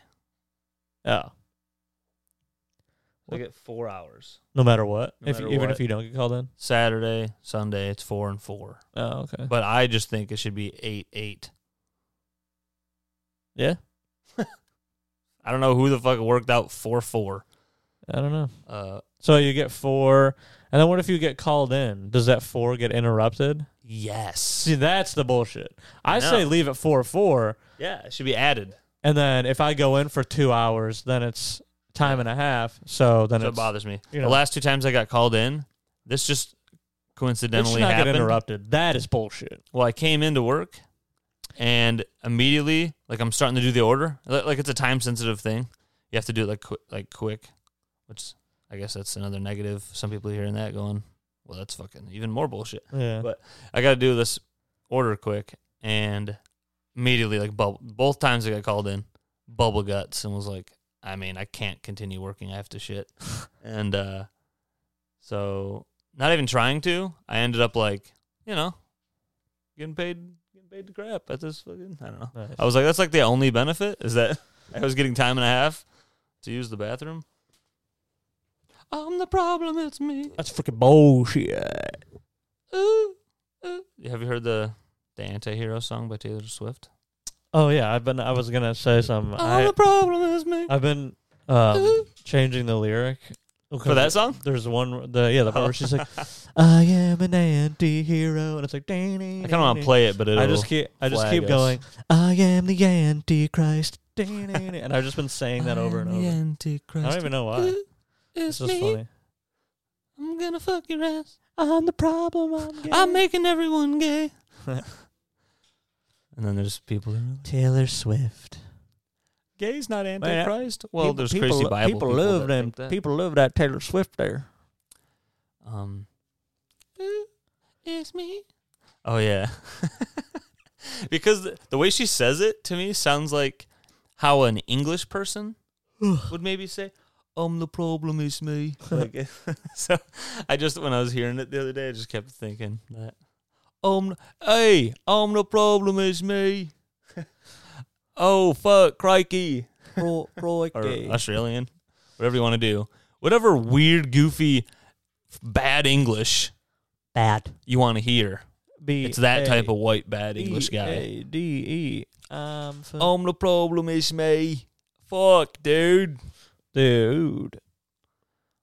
[SPEAKER 2] Oh,
[SPEAKER 1] I get four hours.
[SPEAKER 2] no matter what,
[SPEAKER 1] No
[SPEAKER 2] if
[SPEAKER 1] matter
[SPEAKER 2] even
[SPEAKER 1] what.
[SPEAKER 2] if you don't get called in.
[SPEAKER 1] Saturday, Sunday, it's four and four.
[SPEAKER 2] Oh, okay.
[SPEAKER 1] But I just think it should be eight eight.
[SPEAKER 2] yeah,
[SPEAKER 1] I don't know who the fuck worked out four four.
[SPEAKER 2] I don't know.
[SPEAKER 1] Uh,
[SPEAKER 2] So you get four, and then what if you get called in? Does that four get interrupted?
[SPEAKER 1] yes.
[SPEAKER 2] See, that's the bullshit. I
[SPEAKER 1] No.
[SPEAKER 2] say leave at four four,
[SPEAKER 1] Yeah, it should be added.
[SPEAKER 2] and then if I go in for two hours, then it's time and a half. So then
[SPEAKER 1] That's what
[SPEAKER 2] it's
[SPEAKER 1] bothers me.
[SPEAKER 2] you
[SPEAKER 1] The
[SPEAKER 2] know.
[SPEAKER 1] last two times I got called in, this just
[SPEAKER 2] it should
[SPEAKER 1] coincidentally
[SPEAKER 2] not get
[SPEAKER 1] happened.
[SPEAKER 2] interrupted. That is bullshit.
[SPEAKER 1] Well, I came into work, and immediately, like I'm starting to do the order. Li- Like it's a time sensitive thing. You have to do it like qu- like quick, which I guess that's another negative. Some people hearing that going, well, that's fucking even more bullshit.
[SPEAKER 2] Yeah.
[SPEAKER 1] But- I got to do this order quick, and immediately, like bub- both times I got called in, bubble guts, and was like, I mean, I can't continue working. I have to <laughs> shit, and uh, so not even trying to, I ended up like, you know, getting paid, getting paid to crap at this fucking. I don't know.
[SPEAKER 2] Nice.
[SPEAKER 1] I was like, that's like the only benefit is that <laughs> I was getting time and a half to use the bathroom. I'm Um, the problem. It's me.
[SPEAKER 2] That's freaking bullshit.
[SPEAKER 1] Ooh, ooh. Have you heard the the anti-hero song by Taylor Swift?
[SPEAKER 2] Oh yeah, I've been. I was gonna say something.
[SPEAKER 1] All
[SPEAKER 2] I,
[SPEAKER 1] the problem is me.
[SPEAKER 2] I've been
[SPEAKER 1] <laughs>
[SPEAKER 2] um, changing the lyric
[SPEAKER 1] Oh. For that song?
[SPEAKER 2] There's one. The yeah, the part where she's <laughs>
[SPEAKER 1] <laughs>
[SPEAKER 2] like, "I am an anti-hero," and it's like,
[SPEAKER 1] I kind of want to play it, but it'll,
[SPEAKER 2] I just keep. I just
[SPEAKER 1] flag
[SPEAKER 2] keep
[SPEAKER 1] us.
[SPEAKER 2] going. I am the antichrist, and I've just been saying that over and over. I don't even know why. This
[SPEAKER 1] It's
[SPEAKER 2] is
[SPEAKER 1] me.
[SPEAKER 2] funny.
[SPEAKER 1] I'm gonna fuck your ass.
[SPEAKER 2] I'm the problem. <laughs> I'm, gay.
[SPEAKER 1] I'm making everyone gay. <laughs> and then there's people who are like,
[SPEAKER 2] Taylor Swift.
[SPEAKER 1] gay's not
[SPEAKER 2] antichrist."
[SPEAKER 1] Well, there's crazy
[SPEAKER 2] lo-
[SPEAKER 1] Bible people,
[SPEAKER 2] love
[SPEAKER 1] that
[SPEAKER 2] them.
[SPEAKER 1] think that.
[SPEAKER 2] People love that Taylor Swift there.
[SPEAKER 1] Um, "Ooh, it's me. Oh yeah, <laughs> because the, the way she says it to me sounds like how an English person would maybe say, "Um, the problem is me." <laughs> Like, so I just when I was hearing it the other day, I just kept thinking that, "Um, hey, um, the problem is me." <laughs> oh fuck, crikey!
[SPEAKER 2] <laughs> Roy, Roy
[SPEAKER 1] or
[SPEAKER 2] Gay.
[SPEAKER 1] Australian, whatever you want to do, whatever weird, goofy, f- bad English
[SPEAKER 2] bad.
[SPEAKER 1] you want to hear.
[SPEAKER 2] B
[SPEAKER 1] It's that type of white, bad English guy.
[SPEAKER 2] A D E. Um, f-
[SPEAKER 1] Um, the problem is me. Fuck, dude.
[SPEAKER 2] dude.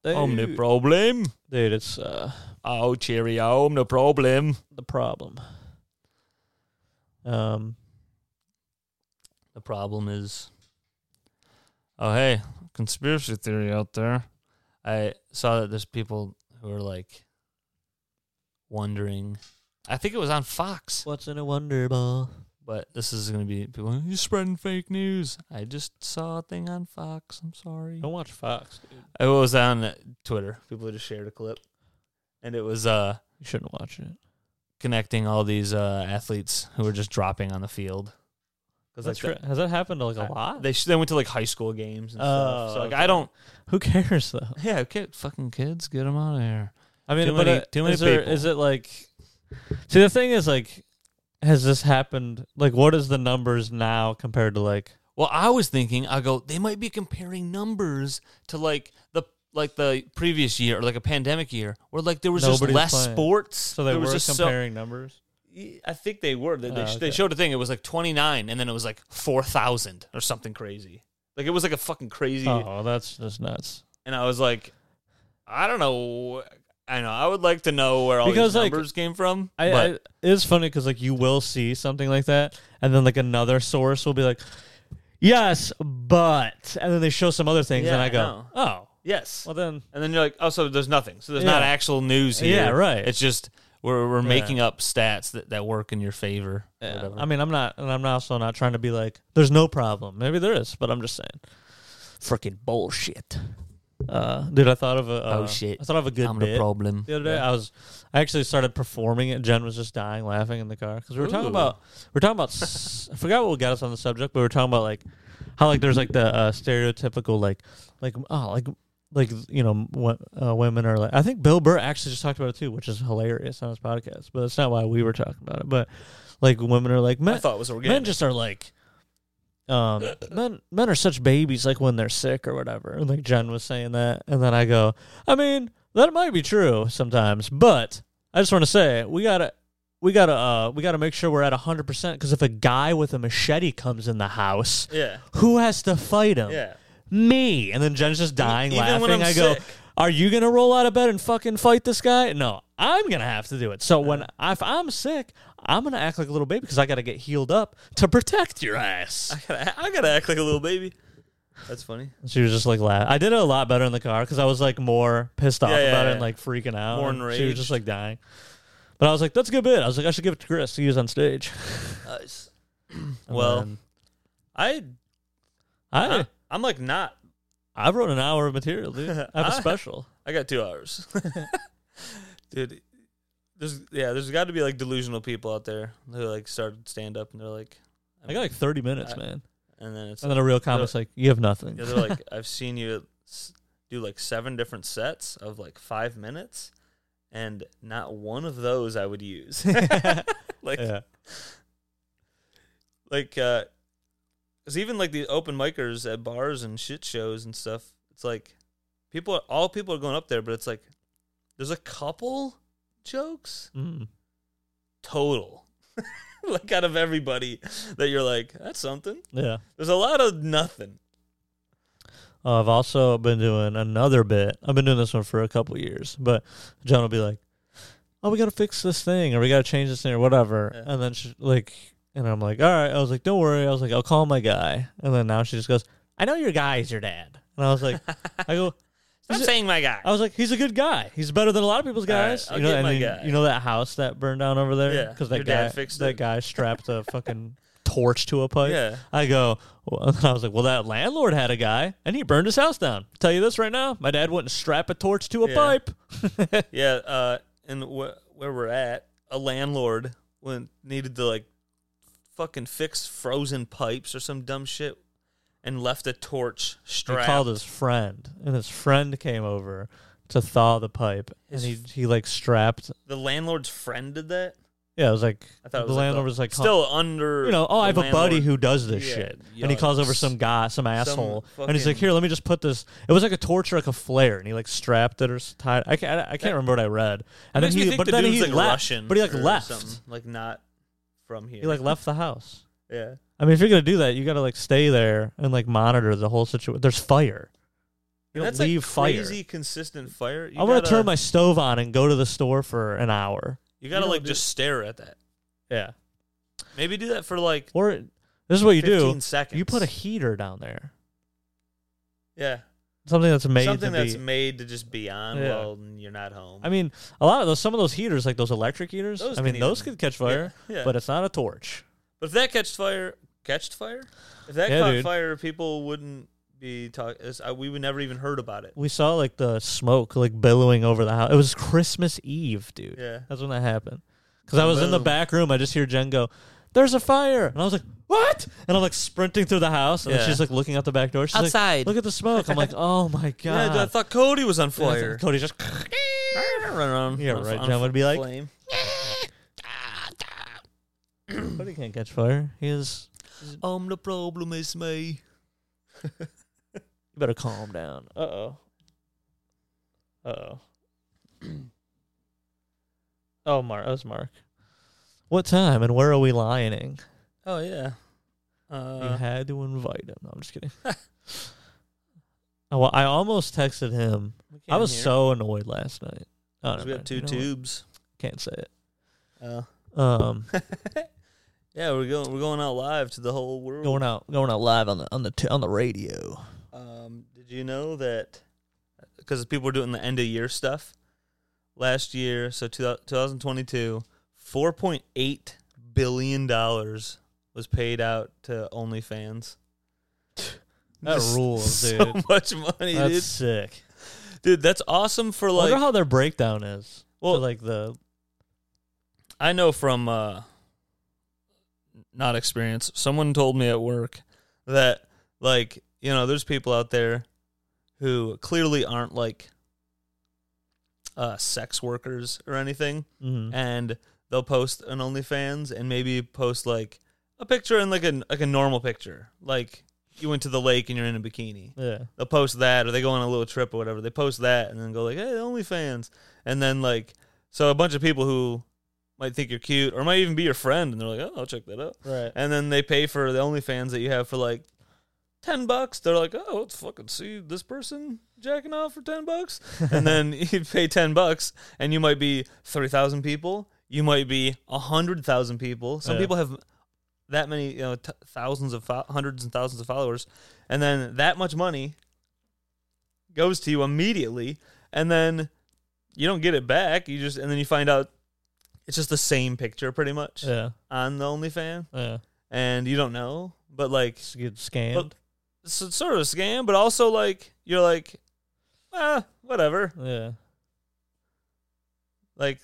[SPEAKER 2] dude.
[SPEAKER 1] I'm the problem.
[SPEAKER 2] dude, it's uh,
[SPEAKER 1] Oh, cheerio. I'm the problem.
[SPEAKER 2] the problem. Um,
[SPEAKER 1] The problem is, oh hey, conspiracy theory out there. I saw that there's people who are like wondering. I think it was on Fox.
[SPEAKER 2] what's in a wonder ball?
[SPEAKER 1] But this is going to be people. You're spreading fake news. I just saw a thing on Fox. I'm sorry.
[SPEAKER 2] Don't watch Fox. Dude.
[SPEAKER 1] It was on Twitter. People just shared a clip, and it was uh
[SPEAKER 2] You shouldn't watch it.
[SPEAKER 1] connecting all these uh athletes who were just dropping on the field. Because
[SPEAKER 2] That's cra- has that happened to like a lot?
[SPEAKER 1] They sh- they went to like high school games and stuff.
[SPEAKER 2] Oh,
[SPEAKER 1] So like
[SPEAKER 2] okay.
[SPEAKER 1] I don't.
[SPEAKER 2] Who cares though?
[SPEAKER 1] Yeah, okay, fucking kids, get them out of here.
[SPEAKER 2] I mean,
[SPEAKER 1] Too
[SPEAKER 2] but
[SPEAKER 1] many-
[SPEAKER 2] uh,
[SPEAKER 1] too many
[SPEAKER 2] is, there,
[SPEAKER 1] people.
[SPEAKER 2] is it like? See, the thing is, like, has this happened? Like, what is the numbers now compared to like
[SPEAKER 1] Well, I was thinking, I go, they might be comparing numbers to like the like the previous year or like a pandemic year where like there was
[SPEAKER 2] Nobody's
[SPEAKER 1] just less
[SPEAKER 2] playing.
[SPEAKER 1] sports.
[SPEAKER 2] So they
[SPEAKER 1] there
[SPEAKER 2] were
[SPEAKER 1] was just so-
[SPEAKER 2] comparing numbers.
[SPEAKER 1] Y- I think they were. They, they,
[SPEAKER 2] Oh,
[SPEAKER 1] sh- they
[SPEAKER 2] okay.
[SPEAKER 1] showed a thing. It was like 29, and then it was like 4,000 or something crazy. Like it was like a fucking crazy.
[SPEAKER 2] Oh, that's just nuts.
[SPEAKER 1] And I was like, I don't know. I know. I would like to know where all
[SPEAKER 2] Because,
[SPEAKER 1] these
[SPEAKER 2] like,
[SPEAKER 1] numbers came from.
[SPEAKER 2] I,
[SPEAKER 1] but
[SPEAKER 2] I it's funny because like you will see something like that, and then like another source will be like, "Yes, but," and then they show some other things,
[SPEAKER 1] Yeah,
[SPEAKER 2] and
[SPEAKER 1] I
[SPEAKER 2] I go,
[SPEAKER 1] know.
[SPEAKER 2] "Oh,
[SPEAKER 1] yes.
[SPEAKER 2] well then,
[SPEAKER 1] And then you're like, oh, so there's nothing. So there's not
[SPEAKER 2] Yeah.
[SPEAKER 1] actual news here.
[SPEAKER 2] Yeah, right.
[SPEAKER 1] It's just we're, we're
[SPEAKER 2] Yeah.
[SPEAKER 1] making up stats that, that work in your favor. or whatever.
[SPEAKER 2] I mean, I'm not, and I'm not also not trying to be like, there's no problem. Maybe there is, but I'm just saying, freaking bullshit. Uh, dude, I thought of a uh,
[SPEAKER 1] Bullshit.
[SPEAKER 2] I thought of a good
[SPEAKER 1] Oh, I'm the
[SPEAKER 2] bit
[SPEAKER 1] problem.
[SPEAKER 2] the other day.
[SPEAKER 1] Yeah.
[SPEAKER 2] I was, I actually started performing it. Jen was just dying laughing in the car because we were
[SPEAKER 1] Ooh.
[SPEAKER 2] talking about, we are talking about, s- I forgot what got us on the subject, but we were talking about like how like there's like the uh, stereotypical like like oh like like you know what uh, women are like. I think Bill Burr actually just talked about it too, which is hilarious on his podcast. But that's not why we were talking about it. But like women are like
[SPEAKER 1] I
[SPEAKER 2] men,
[SPEAKER 1] thought it was
[SPEAKER 2] men
[SPEAKER 1] organic.
[SPEAKER 2] just are like um men men are such babies like when they're sick or whatever and like jen was saying that and then i go i mean that might be true sometimes but i just want to say we gotta we gotta uh we gotta make sure we're at 100% because if a guy with a machete comes in the house
[SPEAKER 1] yeah.
[SPEAKER 2] who has to fight him
[SPEAKER 1] Yeah.
[SPEAKER 2] me and then jen's just dying
[SPEAKER 1] Even
[SPEAKER 2] laughing
[SPEAKER 1] when I'm
[SPEAKER 2] i go
[SPEAKER 1] sick.
[SPEAKER 2] are you gonna roll out of bed and fucking fight this guy no i'm gonna have to do it so when if i'm sick i'm gonna act like a little baby because i gotta get healed up to protect your ass
[SPEAKER 1] I gotta, I gotta act like a little baby. That's funny.
[SPEAKER 2] she was just like laughing i did it a lot better in the car because i was like more pissed off
[SPEAKER 1] Yeah, yeah,
[SPEAKER 2] about it
[SPEAKER 1] yeah.
[SPEAKER 2] and like freaking out
[SPEAKER 1] More
[SPEAKER 2] and she was
[SPEAKER 1] enraged.
[SPEAKER 2] just like dying but i was like that's a good bit i was like i should give it to chris to use on stage <clears throat>
[SPEAKER 1] Nice.
[SPEAKER 2] And
[SPEAKER 1] <laughs> Well,
[SPEAKER 2] then
[SPEAKER 1] I,
[SPEAKER 2] i
[SPEAKER 1] I I'm like not.
[SPEAKER 2] i wrote an hour of material
[SPEAKER 1] <laughs>
[SPEAKER 2] dude i have a
[SPEAKER 1] I-
[SPEAKER 2] special
[SPEAKER 1] I got two hours, <laughs> dude. There's yeah, there's got to be like delusional people out there who like started stand up and they're like,
[SPEAKER 2] i got like 30 minutes
[SPEAKER 1] I-
[SPEAKER 2] man
[SPEAKER 1] and then it's
[SPEAKER 2] and then a real comic's like you have nothing
[SPEAKER 1] Yeah, they're like, <laughs> I've seen you s- do like seven different sets of like five minutes, and not one of those I would use. <laughs> like,
[SPEAKER 2] yeah
[SPEAKER 1] like, uh, because even like the open micers at bars and shit shows and stuff, it's like people, are, all people are going up there, but it's like there's a couple jokes
[SPEAKER 2] Mm.
[SPEAKER 1] total. <laughs> like out of everybody that you're like that's something
[SPEAKER 2] yeah
[SPEAKER 1] there's a lot of nothing
[SPEAKER 2] Uh, I've also been doing another bit. I've been doing this one for a couple years, but John will be like, "Oh, we got to fix this thing, or we got to change this thing, or whatever."
[SPEAKER 1] Yeah.
[SPEAKER 2] And then she, like, and I'm like, "All right." I was like, "Don't worry." I was like, "I'll call my guy." And then now she just goes, "I know your guy is your dad." And I was like, "I go."
[SPEAKER 1] i'm
[SPEAKER 2] Is it-
[SPEAKER 1] saying my guy
[SPEAKER 2] I was like, he's a good guy. He's better than a lot of people's
[SPEAKER 1] All right,
[SPEAKER 2] guys.
[SPEAKER 1] I'll
[SPEAKER 2] you know,
[SPEAKER 1] get
[SPEAKER 2] and
[SPEAKER 1] my
[SPEAKER 2] then-
[SPEAKER 1] guy.
[SPEAKER 2] you know that house that burned down over there?
[SPEAKER 1] Yeah,
[SPEAKER 2] because
[SPEAKER 1] your
[SPEAKER 2] that
[SPEAKER 1] dad
[SPEAKER 2] guy,
[SPEAKER 1] fixed
[SPEAKER 2] that
[SPEAKER 1] it.
[SPEAKER 2] guy strapped a
[SPEAKER 1] <laughs>
[SPEAKER 2] fucking torch to a pipe.
[SPEAKER 1] Yeah.
[SPEAKER 2] I go, well, <laughs> and I was like, well, that landlord had a guy, and he burned his house down. Tell you this right now, my dad wouldn't strap a torch to a
[SPEAKER 1] Yeah.
[SPEAKER 2] pipe. <laughs>
[SPEAKER 1] Yeah, uh, and wh- where we're at, a landlord when needed to like fucking fix frozen pipes or some dumb shit, and left a torch
[SPEAKER 2] He
[SPEAKER 1] strapped.
[SPEAKER 2] called his friend, and his friend came over to thaw the pipe,
[SPEAKER 1] His
[SPEAKER 2] and he he like strapped.
[SPEAKER 1] the landlord's friend did that.
[SPEAKER 2] Yeah, it was like
[SPEAKER 1] I thought
[SPEAKER 2] the
[SPEAKER 1] it was like
[SPEAKER 2] landlord
[SPEAKER 1] the-
[SPEAKER 2] was like,
[SPEAKER 1] still under.
[SPEAKER 2] you know, oh, I have
[SPEAKER 1] the
[SPEAKER 2] a buddy
[SPEAKER 1] landlord.
[SPEAKER 2] who does this
[SPEAKER 1] Yeah,
[SPEAKER 2] shit, and he calls over
[SPEAKER 1] yikes.
[SPEAKER 2] some guy, some asshole, and he's like,
[SPEAKER 1] fucking-
[SPEAKER 2] "Here, let me just put this." It was like a torch, or like a flare, and he like strapped it or s- tied. I can't, I can't remember what I read. And
[SPEAKER 1] Makes
[SPEAKER 2] then
[SPEAKER 1] me
[SPEAKER 2] he,
[SPEAKER 1] think
[SPEAKER 2] but
[SPEAKER 1] the
[SPEAKER 2] then
[SPEAKER 1] dude's,
[SPEAKER 2] he
[SPEAKER 1] like
[SPEAKER 2] left.
[SPEAKER 1] Russian
[SPEAKER 2] but he like
[SPEAKER 1] or
[SPEAKER 2] left.
[SPEAKER 1] something, like not from here.
[SPEAKER 2] He like left the house.
[SPEAKER 1] <laughs> yeah,
[SPEAKER 2] I mean, if you're gonna do that, you gotta like stay there and like monitor the whole situation. There's fire. You
[SPEAKER 1] And
[SPEAKER 2] don't
[SPEAKER 1] that's
[SPEAKER 2] leave
[SPEAKER 1] like
[SPEAKER 2] fire.
[SPEAKER 1] crazy consistent fire. You
[SPEAKER 2] I want
[SPEAKER 1] gotta-
[SPEAKER 2] to turn my stove on and go to the store for an hour.
[SPEAKER 1] You gotta
[SPEAKER 2] you
[SPEAKER 1] like
[SPEAKER 2] don't
[SPEAKER 1] just stare at that.
[SPEAKER 2] Yeah.
[SPEAKER 1] Maybe do that for like
[SPEAKER 2] Or this is what you do.
[SPEAKER 1] 15 seconds.
[SPEAKER 2] You put a heater down there.
[SPEAKER 1] yeah.
[SPEAKER 2] Something that's made
[SPEAKER 1] something
[SPEAKER 2] to
[SPEAKER 1] that's
[SPEAKER 2] be.
[SPEAKER 1] made to just be on
[SPEAKER 2] Yeah.
[SPEAKER 1] while you're not home.
[SPEAKER 2] I mean, a lot of those, some of those heaters, like those electric heaters,
[SPEAKER 1] Those
[SPEAKER 2] I mean,
[SPEAKER 1] can
[SPEAKER 2] those
[SPEAKER 1] even-
[SPEAKER 2] could catch fire,
[SPEAKER 1] yeah, yeah.
[SPEAKER 2] but
[SPEAKER 1] But,
[SPEAKER 2] it's not a torch.
[SPEAKER 1] if that catched fire, catched fire. If that
[SPEAKER 2] Yeah,
[SPEAKER 1] caught
[SPEAKER 2] dude.
[SPEAKER 1] fire, people wouldn't be talking. We would never even heard about it.
[SPEAKER 2] We saw like the smoke like billowing over the house. It was Christmas Eve, dude.
[SPEAKER 1] Yeah,
[SPEAKER 2] That's when that happened. Because I was in the
[SPEAKER 1] Boom.
[SPEAKER 2] back room, I just hear Jen go, "There's a fire," and I was like, "What?" And I'm like sprinting through the house, and then
[SPEAKER 1] Yeah.
[SPEAKER 2] she's like looking out the back door. She's
[SPEAKER 1] Outside.
[SPEAKER 2] like, "Look at the smoke!" I'm like, <laughs> "Oh my
[SPEAKER 1] yeah.
[SPEAKER 2] god!"
[SPEAKER 1] I thought Cody was on
[SPEAKER 2] And it's like
[SPEAKER 1] fire.
[SPEAKER 2] Cody just
[SPEAKER 1] Run
[SPEAKER 2] <laughs>
[SPEAKER 1] around.
[SPEAKER 2] Yeah,
[SPEAKER 1] on-
[SPEAKER 2] right,
[SPEAKER 1] on
[SPEAKER 2] John would be like-
[SPEAKER 1] flame.
[SPEAKER 2] Cody can't catch fire. He is
[SPEAKER 1] Um, the problem is me.
[SPEAKER 2] You better calm down. Uh oh. Uh
[SPEAKER 1] <clears throat>
[SPEAKER 2] oh. oh, Mark. That was Mark. What time and where are we lioning?
[SPEAKER 1] Oh yeah.
[SPEAKER 2] you
[SPEAKER 1] Uh,
[SPEAKER 2] had to invite him. No, I'm just kidding. <laughs> oh, well, I almost texted him.
[SPEAKER 1] we
[SPEAKER 2] I
[SPEAKER 1] can't
[SPEAKER 2] was
[SPEAKER 1] hear.
[SPEAKER 2] so annoyed last night. Oh,
[SPEAKER 1] 'Cause
[SPEAKER 2] never
[SPEAKER 1] we have
[SPEAKER 2] mind.
[SPEAKER 1] two
[SPEAKER 2] You know what?
[SPEAKER 1] tubes.
[SPEAKER 2] Can't say it.
[SPEAKER 1] Oh. <laughs>
[SPEAKER 2] Um,
[SPEAKER 1] yeah, we're going. We're going out live to the whole world.
[SPEAKER 2] going out, going out live on the on the t- on the radio.
[SPEAKER 1] Um, did you know that? Because people were doing the end of year stuff last year, so two, 2022, four point eight billion dollars was paid out to OnlyFans.
[SPEAKER 2] That
[SPEAKER 1] Just
[SPEAKER 2] rules,
[SPEAKER 1] <laughs> so
[SPEAKER 2] dude.
[SPEAKER 1] much money,
[SPEAKER 2] That's
[SPEAKER 1] dude.
[SPEAKER 2] sick.
[SPEAKER 1] Dude, that's awesome for
[SPEAKER 2] I wonder
[SPEAKER 1] like.
[SPEAKER 2] how their breakdown is. Well,
[SPEAKER 1] Well-
[SPEAKER 2] like the
[SPEAKER 1] I know from uh, not experience. Someone told me at work that like you know there's people out there who clearly aren't like uh, sex workers or anything,
[SPEAKER 2] mhm.
[SPEAKER 1] and they'll post an OnlyFans and maybe post like a picture and like a like a normal picture, like you went to the lake and you're in a bikini
[SPEAKER 2] yeah.
[SPEAKER 1] they'll post that or they go on a little trip or whatever. They post that and then go like, "Hey, OnlyFans," and then like, so a bunch of people who might think you're cute or might even be your friend, and they're like, "Oh, I'll check that out,"
[SPEAKER 2] Right. <laughs>
[SPEAKER 1] and then they pay for the OnlyFans that you have for like ten bucks. They're like, "Oh, let's fucking see this person jacking off for ten bucks," and then <laughs> you pay ten bucks, and you might be three thousand people, you might be hundred thousand people. Some
[SPEAKER 2] Yeah.
[SPEAKER 1] people have that many, you know, t- thousands of fo- hundreds and thousands of followers, and then that much money goes to you immediately, and then you don't get it back. You just and then you find out it's just the same picture pretty much
[SPEAKER 2] Yeah.
[SPEAKER 1] on the OnlyFan,
[SPEAKER 2] Yeah.
[SPEAKER 1] and you don't know, but like
[SPEAKER 2] Just get scammed.
[SPEAKER 1] Well, it's a sort of a scam, but also like you're like, ah, whatever.
[SPEAKER 2] yeah.
[SPEAKER 1] Like,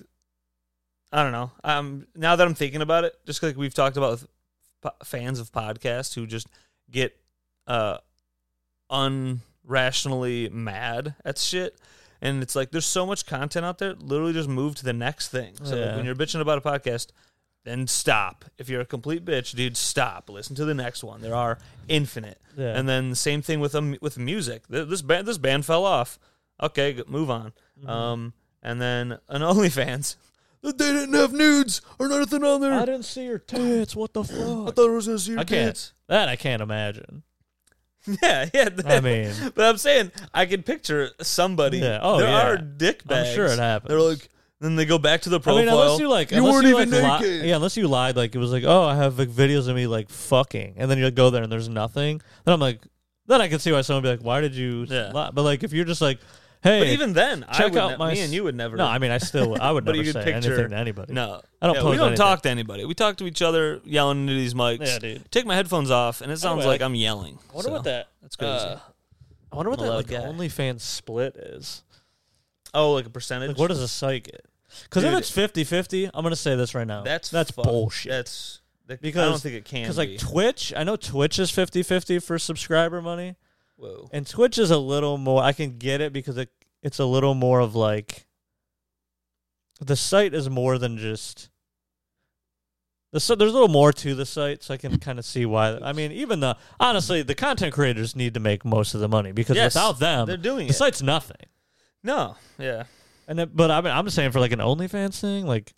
[SPEAKER 1] I don't know. Um, now that I'm thinking about it, just like we've talked about with po- fans of podcasts who just get uh unrationally mad at shit. And it's like there's so much content out there. Literally, just move to the next thing. So like,
[SPEAKER 2] Yeah.
[SPEAKER 1] when you're bitching about a podcast, then stop. If you're a complete bitch, dude, stop. Listen to the next one. There are infinite.
[SPEAKER 2] Yeah.
[SPEAKER 1] And then same thing with um, with music. Th- This band this band fell off. Okay, g- move on.
[SPEAKER 2] Mm-hmm.
[SPEAKER 1] Um, and then an <laughs> OnlyFans. They didn't have nudes or nothing on there.
[SPEAKER 2] I didn't see your tits. What the fuck?
[SPEAKER 1] thought it was gonna see your
[SPEAKER 2] I can't.
[SPEAKER 1] tits.
[SPEAKER 2] that I can't imagine.
[SPEAKER 1] <laughs> Yeah, yeah.
[SPEAKER 2] <laughs>
[SPEAKER 1] <laughs>
[SPEAKER 2] I mean,
[SPEAKER 1] but I'm saying I can picture somebody.
[SPEAKER 2] Yeah, oh,
[SPEAKER 1] there
[SPEAKER 2] yeah.
[SPEAKER 1] are dick
[SPEAKER 2] I'm
[SPEAKER 1] bags.
[SPEAKER 2] sure it happens.
[SPEAKER 1] They're like, then they go back to the
[SPEAKER 2] I
[SPEAKER 1] profile.
[SPEAKER 2] mean, unless you like,
[SPEAKER 1] You
[SPEAKER 2] unless
[SPEAKER 1] weren't
[SPEAKER 2] you,
[SPEAKER 1] even
[SPEAKER 2] like, li-
[SPEAKER 1] naked.
[SPEAKER 2] yeah, unless you lied, like it was like, oh, I have like videos of me like fucking, and then you go there and there's nothing. Then I'm like, then I can see why someone would be like, why did you
[SPEAKER 1] Yeah.
[SPEAKER 2] lie? But like, if you're just like, hey,
[SPEAKER 1] but even then, I
[SPEAKER 2] check
[SPEAKER 1] would
[SPEAKER 2] out
[SPEAKER 1] ne-
[SPEAKER 2] my
[SPEAKER 1] me
[SPEAKER 2] s-
[SPEAKER 1] and you would never.
[SPEAKER 2] no, I mean, I still, would- I would
[SPEAKER 1] <laughs> But
[SPEAKER 2] never
[SPEAKER 1] you
[SPEAKER 2] say
[SPEAKER 1] could picture-
[SPEAKER 2] anything to anybody.
[SPEAKER 1] No,
[SPEAKER 2] I don't
[SPEAKER 1] Yeah,
[SPEAKER 2] pose
[SPEAKER 1] we don't
[SPEAKER 2] anything.
[SPEAKER 1] talk to anybody. We talk to each other, yelling into these mics.
[SPEAKER 2] Yeah, dude.
[SPEAKER 1] Take my headphones off, and it sounds
[SPEAKER 2] way,
[SPEAKER 1] like
[SPEAKER 2] like-
[SPEAKER 1] I'm yelling.
[SPEAKER 2] I wonder
[SPEAKER 1] So,
[SPEAKER 2] what that.
[SPEAKER 1] That's crazy.
[SPEAKER 2] uh, I wonder what
[SPEAKER 1] I'm a
[SPEAKER 2] that like
[SPEAKER 1] loud guy.
[SPEAKER 2] OnlyFans split is.
[SPEAKER 1] oh, like a percentage.
[SPEAKER 2] Like, what does a site get? Because if
[SPEAKER 1] Dude.
[SPEAKER 2] it's 50-50, I'm gonna say this right now.
[SPEAKER 1] that's
[SPEAKER 2] that's
[SPEAKER 1] fuck-
[SPEAKER 2] bullshit.
[SPEAKER 1] That's that, because I don't
[SPEAKER 2] Because-
[SPEAKER 1] think it can.
[SPEAKER 2] because
[SPEAKER 1] Because
[SPEAKER 2] like Twitch, I know Twitch is 50-50 for subscriber money.
[SPEAKER 1] whoa,
[SPEAKER 2] And Twitch is a little more. I can get it because it it's a little more of like the site is more than just the so there's a little more to the site, so I can kind of see why. I mean, even the honestly, the content creators need to make most of the money because
[SPEAKER 1] Yes,
[SPEAKER 2] without
[SPEAKER 1] they're
[SPEAKER 2] them,
[SPEAKER 1] doing
[SPEAKER 2] the
[SPEAKER 1] it.
[SPEAKER 2] site's nothing.
[SPEAKER 1] no, yeah,
[SPEAKER 2] And it, but I mean, I'm just saying for like an OnlyFans thing, like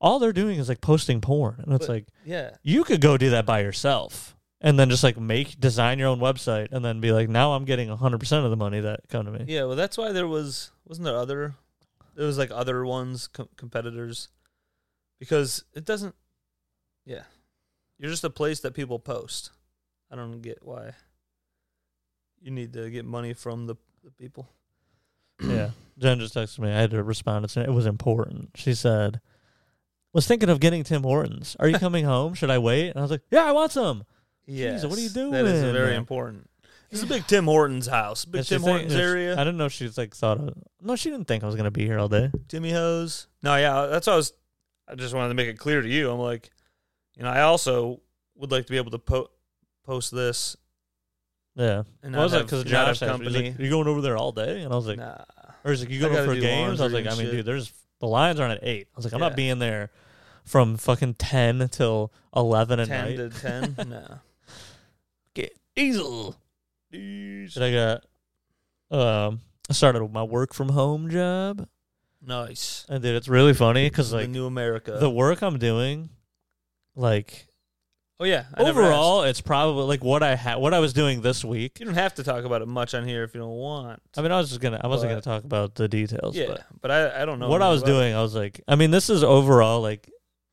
[SPEAKER 2] all they're doing is like posting porn, and it's
[SPEAKER 1] But-
[SPEAKER 2] like
[SPEAKER 1] yeah.
[SPEAKER 2] you could go do that by yourself and then just like make design your own website and then be like now i'm getting 100% of the money that come to me
[SPEAKER 1] Yeah, well, that's why there was wasn't there other there was like other ones com- competitors because it doesn't. Yeah, you're just a place that people post. I don't get why you need to get money from the, the people.
[SPEAKER 2] Yeah. Jen just texted me. I had to respond. It's, it was important. She said, was thinking of getting Tim Hortons.
[SPEAKER 1] <laughs>
[SPEAKER 2] Are you coming home? Should I wait? And I was like, yeah, I want some.
[SPEAKER 1] Yeah,
[SPEAKER 2] what are you
[SPEAKER 1] That is
[SPEAKER 2] doing?
[SPEAKER 1] very important. This is a big Tim Hortons house, big
[SPEAKER 2] And she
[SPEAKER 1] Tim
[SPEAKER 2] think-
[SPEAKER 1] Hortons
[SPEAKER 2] she-
[SPEAKER 1] area.
[SPEAKER 2] I didn't know she's like thought of, no, she didn't think I was going to be here all day.
[SPEAKER 1] Timmy Hose. No, yeah, that's what I was. I just wanted to make it clear to you. I'm like, you know, I also would like to be able to po- post this.
[SPEAKER 2] Yeah.
[SPEAKER 1] And
[SPEAKER 2] What was
[SPEAKER 1] not
[SPEAKER 2] that? Because
[SPEAKER 1] have- not
[SPEAKER 2] Josh
[SPEAKER 1] have
[SPEAKER 2] asked me, he's
[SPEAKER 1] company.
[SPEAKER 2] like, you going over there all day? And I was like,
[SPEAKER 1] nah.
[SPEAKER 2] or is like, you
[SPEAKER 1] I
[SPEAKER 2] going
[SPEAKER 1] gotta
[SPEAKER 2] for
[SPEAKER 1] do
[SPEAKER 2] games? I was
[SPEAKER 1] laundry
[SPEAKER 2] like, I
[SPEAKER 1] and
[SPEAKER 2] mean,
[SPEAKER 1] shit.
[SPEAKER 2] dude, there's, the lines aren't at eight. I was like, I'm
[SPEAKER 1] Yeah.
[SPEAKER 2] not being there from fucking 10 till 11 at
[SPEAKER 1] ten
[SPEAKER 2] night. <laughs>
[SPEAKER 1] to ten. no,
[SPEAKER 2] Diesel. But I got um I started my work from home job,
[SPEAKER 1] Nice.
[SPEAKER 2] and dude, it's really funny because
[SPEAKER 1] the
[SPEAKER 2] like
[SPEAKER 1] new America.
[SPEAKER 2] the work I'm doing, like
[SPEAKER 1] oh yeah. I never
[SPEAKER 2] overall, it's probably like what I had what I was doing this
[SPEAKER 1] asked.
[SPEAKER 2] week.
[SPEAKER 1] you don't have to talk about it much on here if you don't want.
[SPEAKER 2] I mean, I was just gonna I wasn't
[SPEAKER 1] But-
[SPEAKER 2] gonna talk about the details,
[SPEAKER 1] yeah,
[SPEAKER 2] but
[SPEAKER 1] but, I I don't know
[SPEAKER 2] what I
[SPEAKER 1] much
[SPEAKER 2] was
[SPEAKER 1] about it.
[SPEAKER 2] doing, I was like, I mean, this is overall like,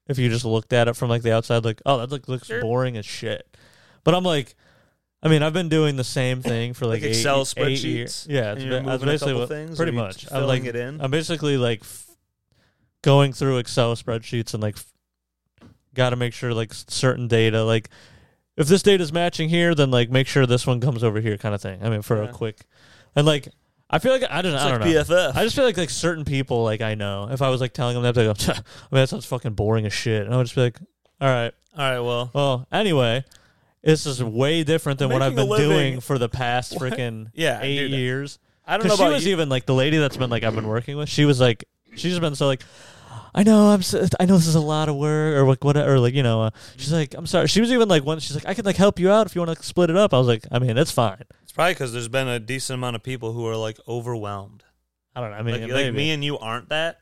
[SPEAKER 2] if you just looked at it from like the outside, like, oh, that look, looks
[SPEAKER 1] Sure.
[SPEAKER 2] boring as shit. But I'm like, I mean, I've been doing the same thing for like,
[SPEAKER 1] Like Excel
[SPEAKER 2] eight, eight year-
[SPEAKER 1] spreadsheets,
[SPEAKER 2] Yeah,
[SPEAKER 1] And
[SPEAKER 2] it's
[SPEAKER 1] you're
[SPEAKER 2] been, that's
[SPEAKER 1] moving a
[SPEAKER 2] basically
[SPEAKER 1] couple
[SPEAKER 2] what,
[SPEAKER 1] things.
[SPEAKER 2] pretty
[SPEAKER 1] Are you
[SPEAKER 2] much.
[SPEAKER 1] just
[SPEAKER 2] I'm
[SPEAKER 1] Filling
[SPEAKER 2] like,
[SPEAKER 1] it in.
[SPEAKER 2] I'm basically like f- going through Excel spreadsheets and like f- got to make sure like s- certain data, like if this data is matching here, then like make sure this one comes over here, kind of thing. I mean, for
[SPEAKER 1] Yeah.
[SPEAKER 2] a quick and like. I feel like I don't. know.
[SPEAKER 1] It's
[SPEAKER 2] I don't
[SPEAKER 1] like
[SPEAKER 2] know.
[SPEAKER 1] BFF.
[SPEAKER 2] I just feel like like certain people like I know. If I was like <laughs> telling them that, they go, "Tch, I mean, that sounds fucking boring as shit. And I would just be like, all right,
[SPEAKER 1] All right, well,
[SPEAKER 2] well, anyway, this is way different than what I've been
[SPEAKER 1] Making a living-
[SPEAKER 2] doing for the past freaking
[SPEAKER 1] yeah,
[SPEAKER 2] eight
[SPEAKER 1] dude,
[SPEAKER 2] years.
[SPEAKER 1] I don't know
[SPEAKER 2] Because she
[SPEAKER 1] about
[SPEAKER 2] was
[SPEAKER 1] you.
[SPEAKER 2] even like the lady that's been like I've been working with. She was like, she's just been so like. I know I'm. So, I know this is a lot of work, or like what, or like you know. Uh, she's like, I'm sorry. She was even like, once she's like, I can like help you out if you want to split it up. I was like, I mean, that's fine.
[SPEAKER 1] It's probably because there's been a decent amount of people who are like overwhelmed.
[SPEAKER 2] I don't know. I mean,
[SPEAKER 1] like,
[SPEAKER 2] maybe.
[SPEAKER 1] like me and you aren't that,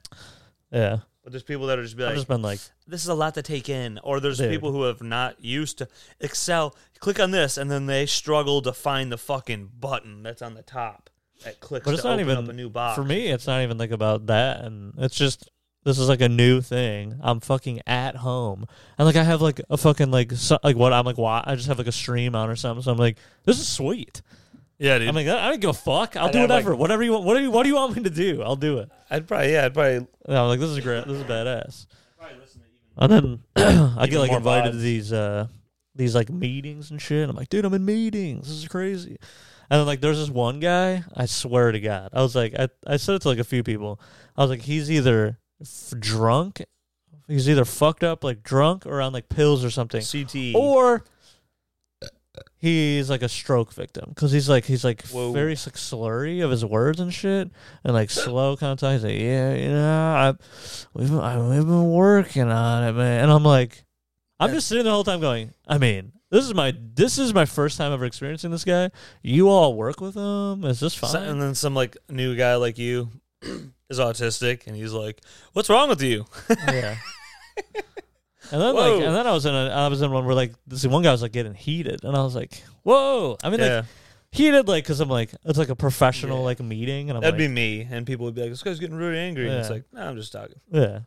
[SPEAKER 2] yeah.
[SPEAKER 1] but there's people that are just be
[SPEAKER 2] I've
[SPEAKER 1] like,
[SPEAKER 2] just been like,
[SPEAKER 1] this is a lot to take in, or there's
[SPEAKER 2] Dude.
[SPEAKER 1] people who have not used to Excel. Click on this, and then they struggle to find the fucking button that's on the top that clicks
[SPEAKER 2] But it's
[SPEAKER 1] to
[SPEAKER 2] not
[SPEAKER 1] open
[SPEAKER 2] even-
[SPEAKER 1] up a new box.
[SPEAKER 2] For me, it's not even like about that, and it's just this is like a new thing. I'm fucking at home, and like I have like a fucking like so, like what I'm like why I just have like a stream on or something. So I'm like, this is sweet.
[SPEAKER 1] yeah, dude.
[SPEAKER 2] I'm like, I don't give a fuck. I'll
[SPEAKER 1] I'd
[SPEAKER 2] do
[SPEAKER 1] have,
[SPEAKER 2] whatever, whatever you want. What do you What do you want me to do? I'll do it.
[SPEAKER 1] I'd probably, yeah, I'd probably,
[SPEAKER 2] And I'm like, this is great. This is badass.
[SPEAKER 1] probably listen to even.
[SPEAKER 2] And then <clears throat> I
[SPEAKER 1] Even
[SPEAKER 2] get like
[SPEAKER 1] more
[SPEAKER 2] invited to
[SPEAKER 1] vibes.
[SPEAKER 2] these uh these like meetings and shit. I'm like, dude, I'm in meetings. This is crazy. And then like there's this one guy, I swear to God. I was like I, I said it to like a few people. I was like, he's either f- drunk, he's either fucked up like drunk or on like pills or something.
[SPEAKER 1] CTE.
[SPEAKER 2] Or he's like a stroke victim because he's like he's like
[SPEAKER 1] Whoa.
[SPEAKER 2] very like, slurry of his words and shit and like slow kind of talk. He's like, yeah, you know, I we've I, we've been working on it, man. And I'm like, I'm just sitting the whole time going, I mean, this is my this is my first time ever experiencing this guy. You all work with him? Is this fine?
[SPEAKER 1] So- and then some like new guy like you <clears throat> is autistic, and he's like, "What's wrong with you?"
[SPEAKER 2] <laughs> yeah. And then
[SPEAKER 1] Whoa.
[SPEAKER 2] like, and then I was in a, I was in one where like this one guy was like getting heated, and I was like, whoa. I mean, like
[SPEAKER 1] yeah,
[SPEAKER 2] heated like because I'm like it's like a professional
[SPEAKER 1] Yeah.
[SPEAKER 2] like meeting and I'm
[SPEAKER 1] that'd be
[SPEAKER 2] like
[SPEAKER 1] me, and people would be like, "This guy's getting really angry." And it's
[SPEAKER 2] Yeah.
[SPEAKER 1] like, "No, I'm just talking."
[SPEAKER 2] yeah.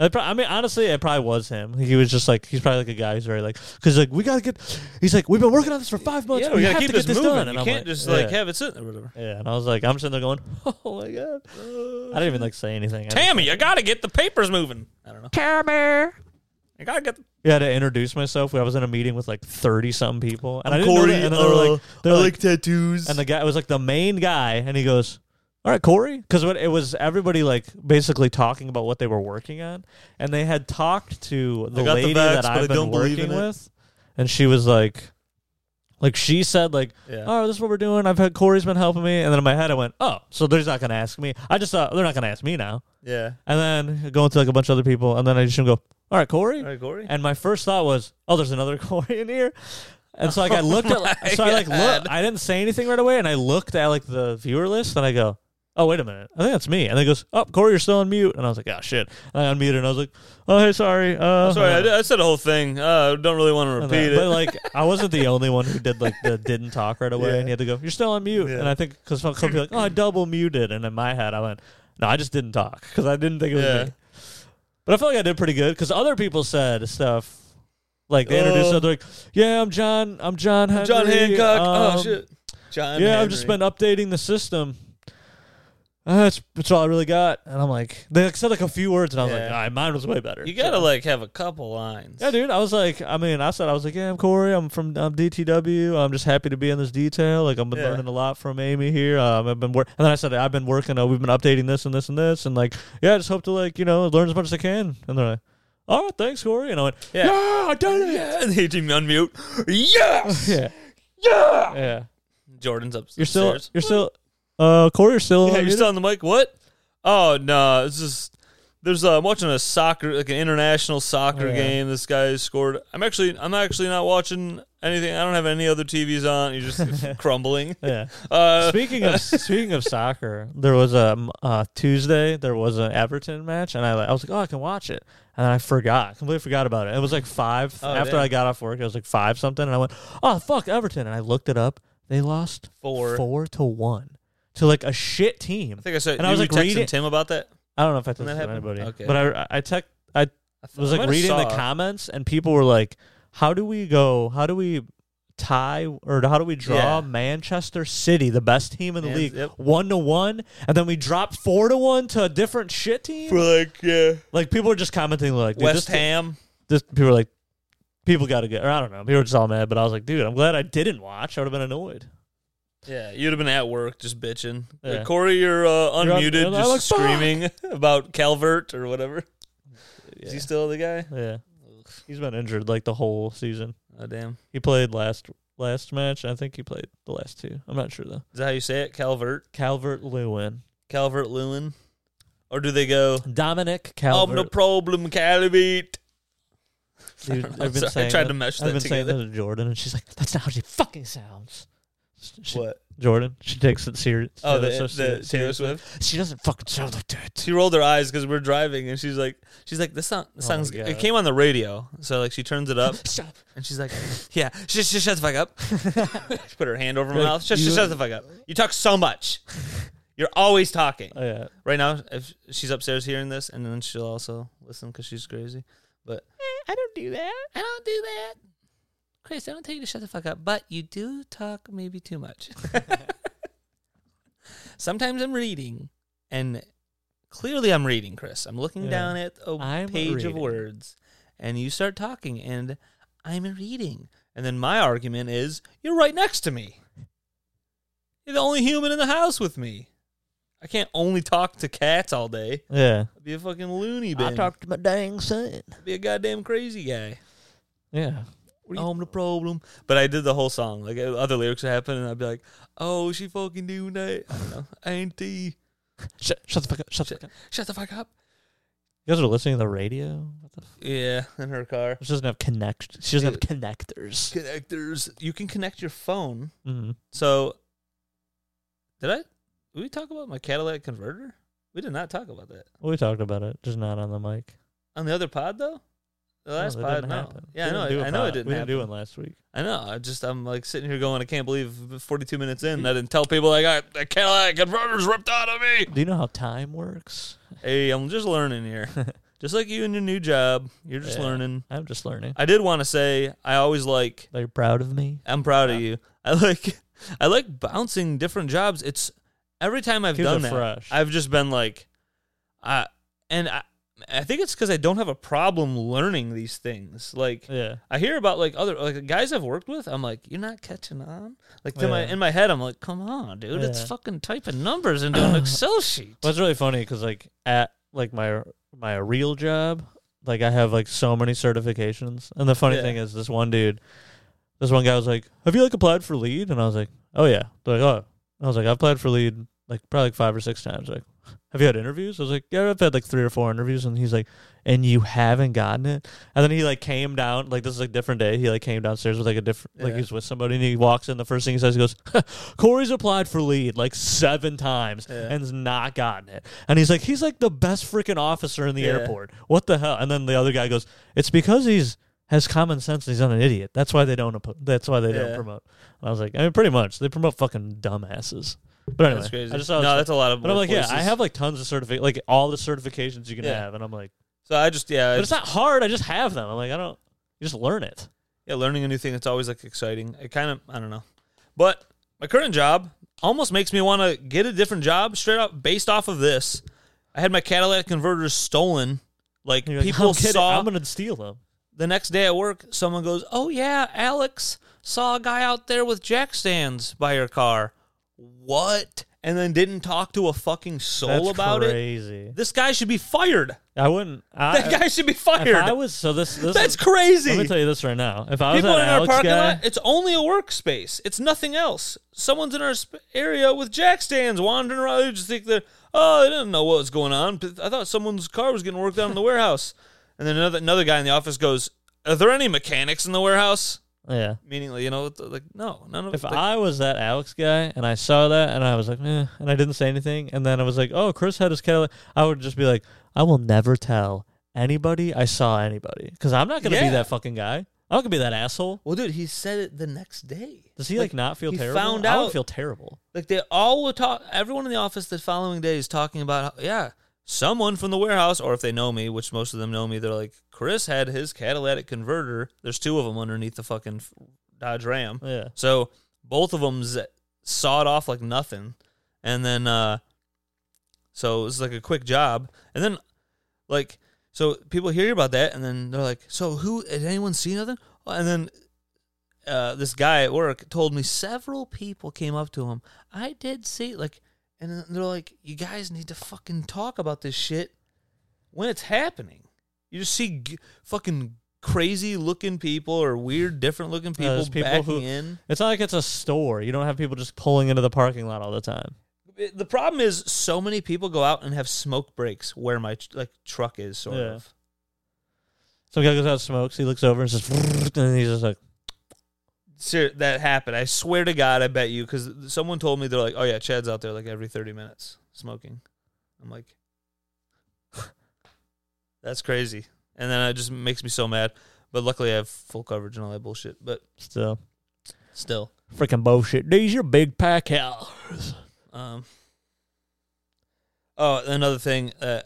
[SPEAKER 2] I, pro- I mean, honestly, it probably was him. He was just like he's probably like a guy who's very like because like we gotta get. He's like we've been working on this for five months.
[SPEAKER 1] yeah, we, gotta
[SPEAKER 2] have
[SPEAKER 1] keep
[SPEAKER 2] to
[SPEAKER 1] this,
[SPEAKER 2] get this
[SPEAKER 1] moving.
[SPEAKER 2] done. And
[SPEAKER 1] you
[SPEAKER 2] I'm
[SPEAKER 1] can't
[SPEAKER 2] like,
[SPEAKER 1] just
[SPEAKER 2] yeah.
[SPEAKER 1] like have it sitting or whatever.
[SPEAKER 2] Yeah, and I was like, I'm sitting there going, <laughs> oh my god, I didn't even like say anything. I just-
[SPEAKER 1] Tammy, I gotta get the papers moving. I don't know.
[SPEAKER 2] Tammy.
[SPEAKER 1] I gotta get. The-
[SPEAKER 2] Yeah, to introduce myself, I was in a meeting with like thirty something people, and I
[SPEAKER 1] I'm
[SPEAKER 2] didn't
[SPEAKER 1] Corey,
[SPEAKER 2] know that. And then they
[SPEAKER 1] uh,
[SPEAKER 2] were like, they're like,
[SPEAKER 1] tattoos.
[SPEAKER 2] And the guy it was like the main guy, and he goes, "All right, Corey," because what it was, everybody like basically talking about what they were working on, and they had talked to the
[SPEAKER 1] got the
[SPEAKER 2] lady
[SPEAKER 1] vax,
[SPEAKER 2] that
[SPEAKER 1] but I
[SPEAKER 2] I've been
[SPEAKER 1] don't believe
[SPEAKER 2] working
[SPEAKER 1] in it.
[SPEAKER 2] with, and she was like, like she said, like,
[SPEAKER 1] yeah.
[SPEAKER 2] "Oh, this is what we're doing." I've had Corey's been helping me, and then in my head, I went, "Oh, so they're not gonna ask me." I just thought they're not gonna ask me now,
[SPEAKER 1] yeah.
[SPEAKER 2] and then going to like a bunch of other people, and then I just go, "All right, Corey,"
[SPEAKER 1] All right, Corey.
[SPEAKER 2] and my first thought was, "Oh, there's another <laughs> Corey in here." And so like
[SPEAKER 1] Oh,
[SPEAKER 2] I looked
[SPEAKER 1] <laughs>
[SPEAKER 2] at, so I like
[SPEAKER 1] God.
[SPEAKER 2] look, I didn't say anything right away, and I looked at like the viewer list, and I go, "Oh, wait a minute, I think that's me." And it goes, "Oh, Corey, you're still on mute," and I was like, "Oh shit," and I unmuted, and I was like, "Oh, hey, sorry, uh,
[SPEAKER 1] Sorry, I,
[SPEAKER 2] uh,
[SPEAKER 1] did- I said the whole thing. Uh, don't really want to
[SPEAKER 2] and
[SPEAKER 1] repeat
[SPEAKER 2] that.
[SPEAKER 1] it.
[SPEAKER 2] But like, I wasn't the only one who did like the didn't talk right away,
[SPEAKER 1] Yeah.
[SPEAKER 2] and he had to go. You're still on mute,
[SPEAKER 1] Yeah.
[SPEAKER 2] and I think because some people be like, "Oh, I double muted," and in my head, I went, "No, I just didn't talk because I didn't think it was
[SPEAKER 1] Yeah.
[SPEAKER 2] me." But I felt like I did pretty good because other people said stuff like they introduced.
[SPEAKER 1] Oh.
[SPEAKER 2] other like, "Yeah, I'm John. I'm John Henry.
[SPEAKER 1] John Hancock. oh
[SPEAKER 2] um,
[SPEAKER 1] shit. John.
[SPEAKER 2] yeah, I've just
[SPEAKER 1] Henry.
[SPEAKER 2] been updating the system." Uh, that's, that's all I really got, and I'm like, they like, said like a few words, and I was like,
[SPEAKER 1] Yeah.
[SPEAKER 2] all right, mine was way better.
[SPEAKER 1] You gotta
[SPEAKER 2] So-
[SPEAKER 1] like have a couple lines.
[SPEAKER 2] yeah, dude. I was like, I mean, I said I was like, yeah, I'm Corey. I'm from I'm DTW. I'm just happy to be in this detail. Like, I've been
[SPEAKER 1] Yeah.
[SPEAKER 2] learning a lot from Amy here. Um, I've been work, and then I said I've been working. Uh, we've been updating this and this and this, and like, yeah, I just hope to like you know learn as much as I can. And they're like, all right, thanks, Corey.
[SPEAKER 1] <laughs>
[SPEAKER 2] And I went,
[SPEAKER 1] Yeah.
[SPEAKER 2] yeah, I done it.
[SPEAKER 1] Yeah, <laughs> they team unmute. Yes.
[SPEAKER 2] Yeah,
[SPEAKER 1] Yeah.
[SPEAKER 2] yeah.
[SPEAKER 1] Jordan's up.
[SPEAKER 2] You're still, you're still, uh, Corey, you're still,
[SPEAKER 1] Yeah,
[SPEAKER 2] on
[SPEAKER 1] you're
[SPEAKER 2] mute?
[SPEAKER 1] still on the mic. What? Oh no, it's just There's uh, I'm watching a soccer like an international soccer
[SPEAKER 2] Oh, Yeah.
[SPEAKER 1] game. This guy scored. I'm actually I'm actually not watching anything. I don't have any other TVs on. You're
[SPEAKER 2] <laughs>
[SPEAKER 1] just <laughs> crumbling.
[SPEAKER 2] Yeah.
[SPEAKER 1] Uh,
[SPEAKER 2] speaking of speaking of soccer, there was a um, uh, Tuesday. There was an Everton match, and I like I was like, oh, I can watch it, and I forgot, completely forgot about it. It was like five
[SPEAKER 1] Oh,
[SPEAKER 2] after
[SPEAKER 1] damn.
[SPEAKER 2] I got off work. It was like five something, and I went, oh fuck Everton, and I looked it up. They lost
[SPEAKER 1] four.
[SPEAKER 2] four to one to like a shit team.
[SPEAKER 1] I think I said.
[SPEAKER 2] And I
[SPEAKER 1] you
[SPEAKER 2] was,
[SPEAKER 1] were
[SPEAKER 2] like,
[SPEAKER 1] texting
[SPEAKER 2] reading-
[SPEAKER 1] Tim about that.
[SPEAKER 2] I don't know if I
[SPEAKER 1] Didn't that
[SPEAKER 2] texted
[SPEAKER 1] happen?
[SPEAKER 2] anybody,
[SPEAKER 1] Okay.
[SPEAKER 2] but I I tec-
[SPEAKER 1] I thought-
[SPEAKER 2] was
[SPEAKER 1] I
[SPEAKER 2] like
[SPEAKER 1] might have
[SPEAKER 2] reading the
[SPEAKER 1] saw.
[SPEAKER 2] comments, and people were like, how do we go? How do we tie or how do we draw
[SPEAKER 1] Yeah.
[SPEAKER 2] Manchester City, the best team in the
[SPEAKER 1] Yeah,
[SPEAKER 2] league,
[SPEAKER 1] yep.
[SPEAKER 2] one to one, and then we drop four to one to a different shit team?
[SPEAKER 1] for like yeah.
[SPEAKER 2] Like people were just commenting like dude,
[SPEAKER 1] West
[SPEAKER 2] this,
[SPEAKER 1] Ham.
[SPEAKER 2] this people were like people got to get or I don't know, people were just all mad, but I was like, dude, I'm glad I didn't watch. I would have been annoyed.
[SPEAKER 1] Yeah, you'd have been at work just bitching. Like,
[SPEAKER 2] Yeah.
[SPEAKER 1] Corey, you're uh,
[SPEAKER 2] You're on-
[SPEAKER 1] unmuted,
[SPEAKER 2] you're
[SPEAKER 1] just
[SPEAKER 2] like, "Fuck!"
[SPEAKER 1] screaming <laughs> about Calvert or whatever. Is
[SPEAKER 2] Yeah.
[SPEAKER 1] he still the guy?
[SPEAKER 2] yeah. He's been injured like the whole season.
[SPEAKER 1] Oh damn!
[SPEAKER 2] He played last last match. I think he played the last two. I'm not sure though.
[SPEAKER 1] Is that how you say it? Calvert,
[SPEAKER 2] Calvert Lewin.
[SPEAKER 1] Calvert Lewin, or do they go?
[SPEAKER 2] Dominic
[SPEAKER 1] Oh,
[SPEAKER 2] Calvert.
[SPEAKER 1] no problem, Calvert.
[SPEAKER 2] Dude,
[SPEAKER 1] <laughs> I'm
[SPEAKER 2] I've been
[SPEAKER 1] sorry, I
[SPEAKER 2] saying
[SPEAKER 1] tried
[SPEAKER 2] that-
[SPEAKER 1] to mesh
[SPEAKER 2] I've
[SPEAKER 1] that
[SPEAKER 2] been saying
[SPEAKER 1] together.
[SPEAKER 2] that to Jordan, and she's like, "That's not how she fucking sounds." She-
[SPEAKER 1] What?
[SPEAKER 2] Jordan? She takes it serious.
[SPEAKER 1] Oh,
[SPEAKER 2] Taylor
[SPEAKER 1] the,
[SPEAKER 2] Swift-
[SPEAKER 1] the Taylor
[SPEAKER 2] serious-
[SPEAKER 1] Swift.
[SPEAKER 2] She doesn't fucking sound like that.
[SPEAKER 1] She rolled her eyes because we're driving, and she's like, she's like, this song, this
[SPEAKER 2] Oh my
[SPEAKER 1] song's.
[SPEAKER 2] God.
[SPEAKER 1] It came on the radio, so like she turns it up,
[SPEAKER 2] Shut up.
[SPEAKER 1] and she's like, <laughs> yeah, shut, shut, shut the fuck
[SPEAKER 2] <laughs>
[SPEAKER 1] up. she put her hand over my
[SPEAKER 2] Like,
[SPEAKER 1] mouth. Shut,
[SPEAKER 2] you-
[SPEAKER 1] shut, shut the fuck up. You talk so much. You're always talking.
[SPEAKER 2] Oh, yeah.
[SPEAKER 1] Right now, if she's upstairs hearing this, and then she'll also listen because she's crazy. But Eh, I don't do that. I don't do that. Chris, I don't tell you to shut the fuck up, but you do talk maybe too <laughs> much. Sometimes I'm reading, and clearly I'm reading, Chris. I'm looking
[SPEAKER 2] Yeah.
[SPEAKER 1] down at a
[SPEAKER 2] I'm
[SPEAKER 1] page of
[SPEAKER 2] reading.
[SPEAKER 1] words, and you start talking, and I'm reading. And then my argument is, you're right next to me. You're the only human in the house with me. I can't only talk to cats all day.
[SPEAKER 2] Yeah.
[SPEAKER 1] I'd be a fucking loony bin.
[SPEAKER 2] to my dang son.
[SPEAKER 1] I'd be a goddamn crazy guy.
[SPEAKER 2] Yeah.
[SPEAKER 1] I'm the problem. But I did the whole song. Like uh, other lyrics would happen, and I'd be like, "Oh, she fucking doing that, I don't know, <laughs> auntie.
[SPEAKER 2] Shut, shut the fuck up. Shut the
[SPEAKER 1] Shut-
[SPEAKER 2] fuck up.
[SPEAKER 1] Shut the fuck up."
[SPEAKER 2] You guys are listening to the radio. What the? F-
[SPEAKER 1] Yeah, in her car.
[SPEAKER 2] she doesn't have connect. She doesn't have connectors.
[SPEAKER 1] Connectors. You can connect your phone.
[SPEAKER 2] Mm.
[SPEAKER 1] So, did I? Did we talk about my Cadillac converter? We did not talk about that
[SPEAKER 2] We talked about it, just not on the mic.
[SPEAKER 1] on the other pod though. The
[SPEAKER 2] No,
[SPEAKER 1] last
[SPEAKER 2] that
[SPEAKER 1] pod,
[SPEAKER 2] didn't
[SPEAKER 1] no.
[SPEAKER 2] happen.
[SPEAKER 1] Yeah,
[SPEAKER 2] We
[SPEAKER 1] I know.
[SPEAKER 2] didn't do
[SPEAKER 1] I,
[SPEAKER 2] a
[SPEAKER 1] I know it
[SPEAKER 2] pod.
[SPEAKER 1] didn't
[SPEAKER 2] We
[SPEAKER 1] happen.
[SPEAKER 2] didn't do one last week.
[SPEAKER 1] I know. I just I'm like sitting here going, I can't believe 42 minutes in, I didn't tell people I got a Cadillac converters ripped out of me.
[SPEAKER 2] Do you know how time works?
[SPEAKER 1] Hey, I'm just
[SPEAKER 2] <laughs>
[SPEAKER 1] learning here, just like you in your new job. You're just
[SPEAKER 2] Yeah.
[SPEAKER 1] learning.
[SPEAKER 2] I'm just learning.
[SPEAKER 1] I did want to say I always like.
[SPEAKER 2] They're proud of me.
[SPEAKER 1] I'm proud of you. I like. <laughs> I like bouncing different jobs. It's every time I've
[SPEAKER 2] Keeps
[SPEAKER 1] done
[SPEAKER 2] it
[SPEAKER 1] that,
[SPEAKER 2] fresh.
[SPEAKER 1] I've just been like, I and I. I think it's because I don't have a problem learning these things. Like,
[SPEAKER 2] Yeah.
[SPEAKER 1] I hear about like other like guys I've worked with. I'm like, you're not catching on. Like to my
[SPEAKER 2] Oh, Yeah.
[SPEAKER 1] in my head, I'm like, come on, dude, it's
[SPEAKER 2] Yeah.
[SPEAKER 1] fucking typing numbers into
[SPEAKER 2] <clears throat>
[SPEAKER 1] an Excel sheet.
[SPEAKER 2] Well, it's really funny because like at like my my real job, like I have like so many certifications, and the funny
[SPEAKER 1] Yeah.
[SPEAKER 2] thing is, this one dude, this one guy was like, "Have you like applied for lead?" And I was like, "Oh yeah." They're like, "Oh," I was like, "I've applied for lead like probably like five or six times." Like, have you had interviews? I was like, "Yeah, I've had like three or four interviews." And he's like, "And you haven't gotten it?" And then he like came down like this is like a different day. He like came downstairs with like a different like
[SPEAKER 1] Yeah.
[SPEAKER 2] he's with somebody and he walks in. The first thing he says, he goes, <laughs> "Corey's applied for lead like seven times
[SPEAKER 1] Yeah.
[SPEAKER 2] and's not gotten it." And he's like, "He's like the best freaking officer in the
[SPEAKER 1] Yeah.
[SPEAKER 2] airport. What the hell?" And then the other guy goes, "It's because he's." Has common sense. and He's not an idiot. That's why they don't. App- that's why they don't
[SPEAKER 1] Yeah.
[SPEAKER 2] promote. And I was like, I mean, pretty much they promote fucking dumbasses. But anyway,
[SPEAKER 1] that's crazy.
[SPEAKER 2] I just
[SPEAKER 1] no,
[SPEAKER 2] thought it was
[SPEAKER 1] that's a lot of.
[SPEAKER 2] but I'm like, yeah, I
[SPEAKER 1] workplaces.
[SPEAKER 2] have like tons of certific, like all the certifications you can
[SPEAKER 1] Yeah.
[SPEAKER 2] have, and I'm like,
[SPEAKER 1] So I just yeah,
[SPEAKER 2] but
[SPEAKER 1] I
[SPEAKER 2] it's not hard. I just have them. I'm like, I don't, you just learn it.
[SPEAKER 1] Yeah, learning a new thing, it's always like exciting. It kind of, I don't know. But my current job almost makes me want to get a different job straight up based off of this. I had my Cadillac converters stolen. Like
[SPEAKER 2] And you're like,
[SPEAKER 1] people
[SPEAKER 2] I'm kidding.
[SPEAKER 1] saw
[SPEAKER 2] I'm gonna steal them.
[SPEAKER 1] the next day at work, someone goes, "Oh yeah, Alex saw a guy out there with jack stands by your car." What? And then didn't talk to a fucking soul
[SPEAKER 2] That's
[SPEAKER 1] about it.
[SPEAKER 2] crazy.
[SPEAKER 1] This guy should be fired.
[SPEAKER 2] I wouldn't. I,
[SPEAKER 1] That guy should be
[SPEAKER 2] if I
[SPEAKER 1] fired.
[SPEAKER 2] was so this. this
[SPEAKER 1] That's
[SPEAKER 2] is-
[SPEAKER 1] crazy.
[SPEAKER 2] Let me tell you this right now. If I was
[SPEAKER 1] People
[SPEAKER 2] that
[SPEAKER 1] in our
[SPEAKER 2] Alex
[SPEAKER 1] parking
[SPEAKER 2] guy,
[SPEAKER 1] lot. It's only a workspace. It's nothing else. Someone's in our sp- area with jack stands wandering around. They just think that "Oh, I didn't know what was going on. But I thought someone's car was getting worked on in the warehouse." <laughs> And then another another guy in the office goes, "Are there any mechanics in the warehouse?"
[SPEAKER 2] Yeah.
[SPEAKER 1] Meaning, like, you know, like no, none of.
[SPEAKER 2] If
[SPEAKER 1] like,
[SPEAKER 2] I was that Alex guy and I saw that and I was like, eh, and I didn't say anything, and then I was like, oh, Chris had his Cadillac, I would just be like, I will never tell anybody I saw anybody because I'm not gonna
[SPEAKER 1] Yeah.
[SPEAKER 2] be that fucking guy. I'm not gonna be that asshole.
[SPEAKER 1] well, dude, he said it the next day.
[SPEAKER 2] Does he like, not feel
[SPEAKER 1] he
[SPEAKER 2] terrible?
[SPEAKER 1] found
[SPEAKER 2] I
[SPEAKER 1] out-
[SPEAKER 2] would feel terrible.
[SPEAKER 1] Like they all were talk. Everyone in the office the following day is talking about how, yeah, someone from the warehouse, or if they know me, which most of them know me, they're like, Chris had his catalytic converter. There's two of them underneath the fucking f- Dodge Ram.
[SPEAKER 2] Yeah.
[SPEAKER 1] So both of them sawed off like nothing, and then uh, so it was like a quick job, and then like so people hear about that, and then they're like, so who has anyone seen nothing? And then uh, this guy at work told me several people came up to him. I did see like, and then they're like, you guys need to fucking talk about this shit when it's happening. You just see g- fucking crazy looking people or weird, different looking people,
[SPEAKER 2] Uh, there's people
[SPEAKER 1] backing
[SPEAKER 2] who-
[SPEAKER 1] in.
[SPEAKER 2] It's not like it's a store. You don't have people just pulling into the parking lot all the time.
[SPEAKER 1] it- the problem is so many people go out and have smoke breaks where my tr- like truck is sort
[SPEAKER 2] Yeah.
[SPEAKER 1] of
[SPEAKER 2] Some guy goes out, smokes, he looks over and says, <laughs> and he's just like,
[SPEAKER 1] Ser- that happened i swear to god i bet you because someone told me they're like oh yeah chad's out there like every 30 minutes smoking i'm like <laughs> that's crazy and then it just makes me so mad but luckily i have full coverage and all that bullshit but
[SPEAKER 2] still.
[SPEAKER 1] still
[SPEAKER 2] Freaking bullshit. These are big pack hours.
[SPEAKER 1] um oh another thing uh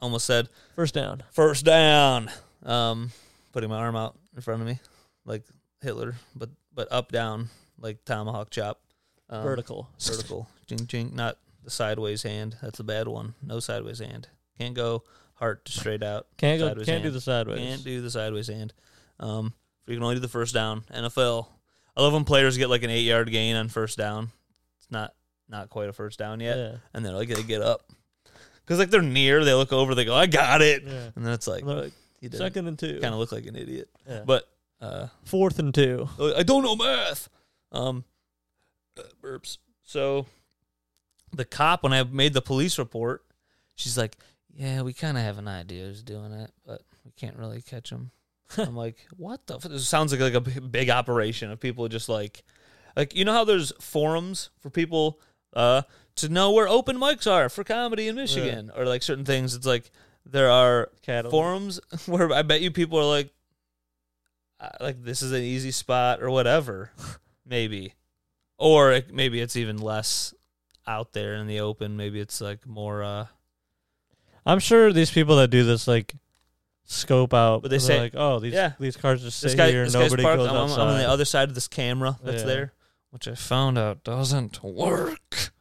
[SPEAKER 1] almost said
[SPEAKER 2] First down.
[SPEAKER 1] First down. Um, putting my arm out in front of me, like Hitler, but but up down, like tomahawk chop. Um,
[SPEAKER 2] Vertical.
[SPEAKER 1] Vertical. Jing jing. Not the sideways hand. That's the bad one. No sideways hand. Can't go heart to straight out.
[SPEAKER 2] Can't go.
[SPEAKER 1] Sideways
[SPEAKER 2] can't do
[SPEAKER 1] hand.
[SPEAKER 2] the sideways.
[SPEAKER 1] Can't do the sideways hand. Um, but you can only do the first down. NFL. I love when players get like an eight yard gain on first down. It's not not quite a first down yet,
[SPEAKER 2] Yeah.
[SPEAKER 1] and they're like they get up because like they're near. They look over. They go, I got it.
[SPEAKER 2] Yeah.
[SPEAKER 1] And then it's like,
[SPEAKER 2] And they're like,
[SPEAKER 1] he didn't.
[SPEAKER 2] second and two.
[SPEAKER 1] Kind of look like an idiot.
[SPEAKER 2] Yeah.
[SPEAKER 1] But uh,
[SPEAKER 2] Fourth and two.
[SPEAKER 1] I don't know math. Um, uh, burps. So the cop, when I made the police report, she's like, "Yeah, we kind of have an idea who's doing it, but we can't really catch him." I'm like, "What the? F-? This sounds like like a b- big operation of people just like, like you know how there's forums for people uh to know where open mics are for comedy in Michigan or like certain things. It's like there are
[SPEAKER 2] Cattle.
[SPEAKER 1] forums <laughs> where I bet you people are like, uh, like this is an easy spot
[SPEAKER 2] <laughs>
[SPEAKER 1] or whatever, maybe, or it, maybe it's even less out there in the open. Maybe it's like more. uh
[SPEAKER 2] I'm sure these people that do this like scope out,
[SPEAKER 1] But they
[SPEAKER 2] and
[SPEAKER 1] say-
[SPEAKER 2] they're like, oh, these
[SPEAKER 1] yeah.
[SPEAKER 2] these cars just
[SPEAKER 1] This
[SPEAKER 2] sit
[SPEAKER 1] guy,
[SPEAKER 2] here.
[SPEAKER 1] this guy's
[SPEAKER 2] Nobody
[SPEAKER 1] parked.
[SPEAKER 2] goes
[SPEAKER 1] I'm, I'm
[SPEAKER 2] outside.
[SPEAKER 1] on the other side of this camera that's
[SPEAKER 2] Yeah.
[SPEAKER 1] there, which I found out doesn't work.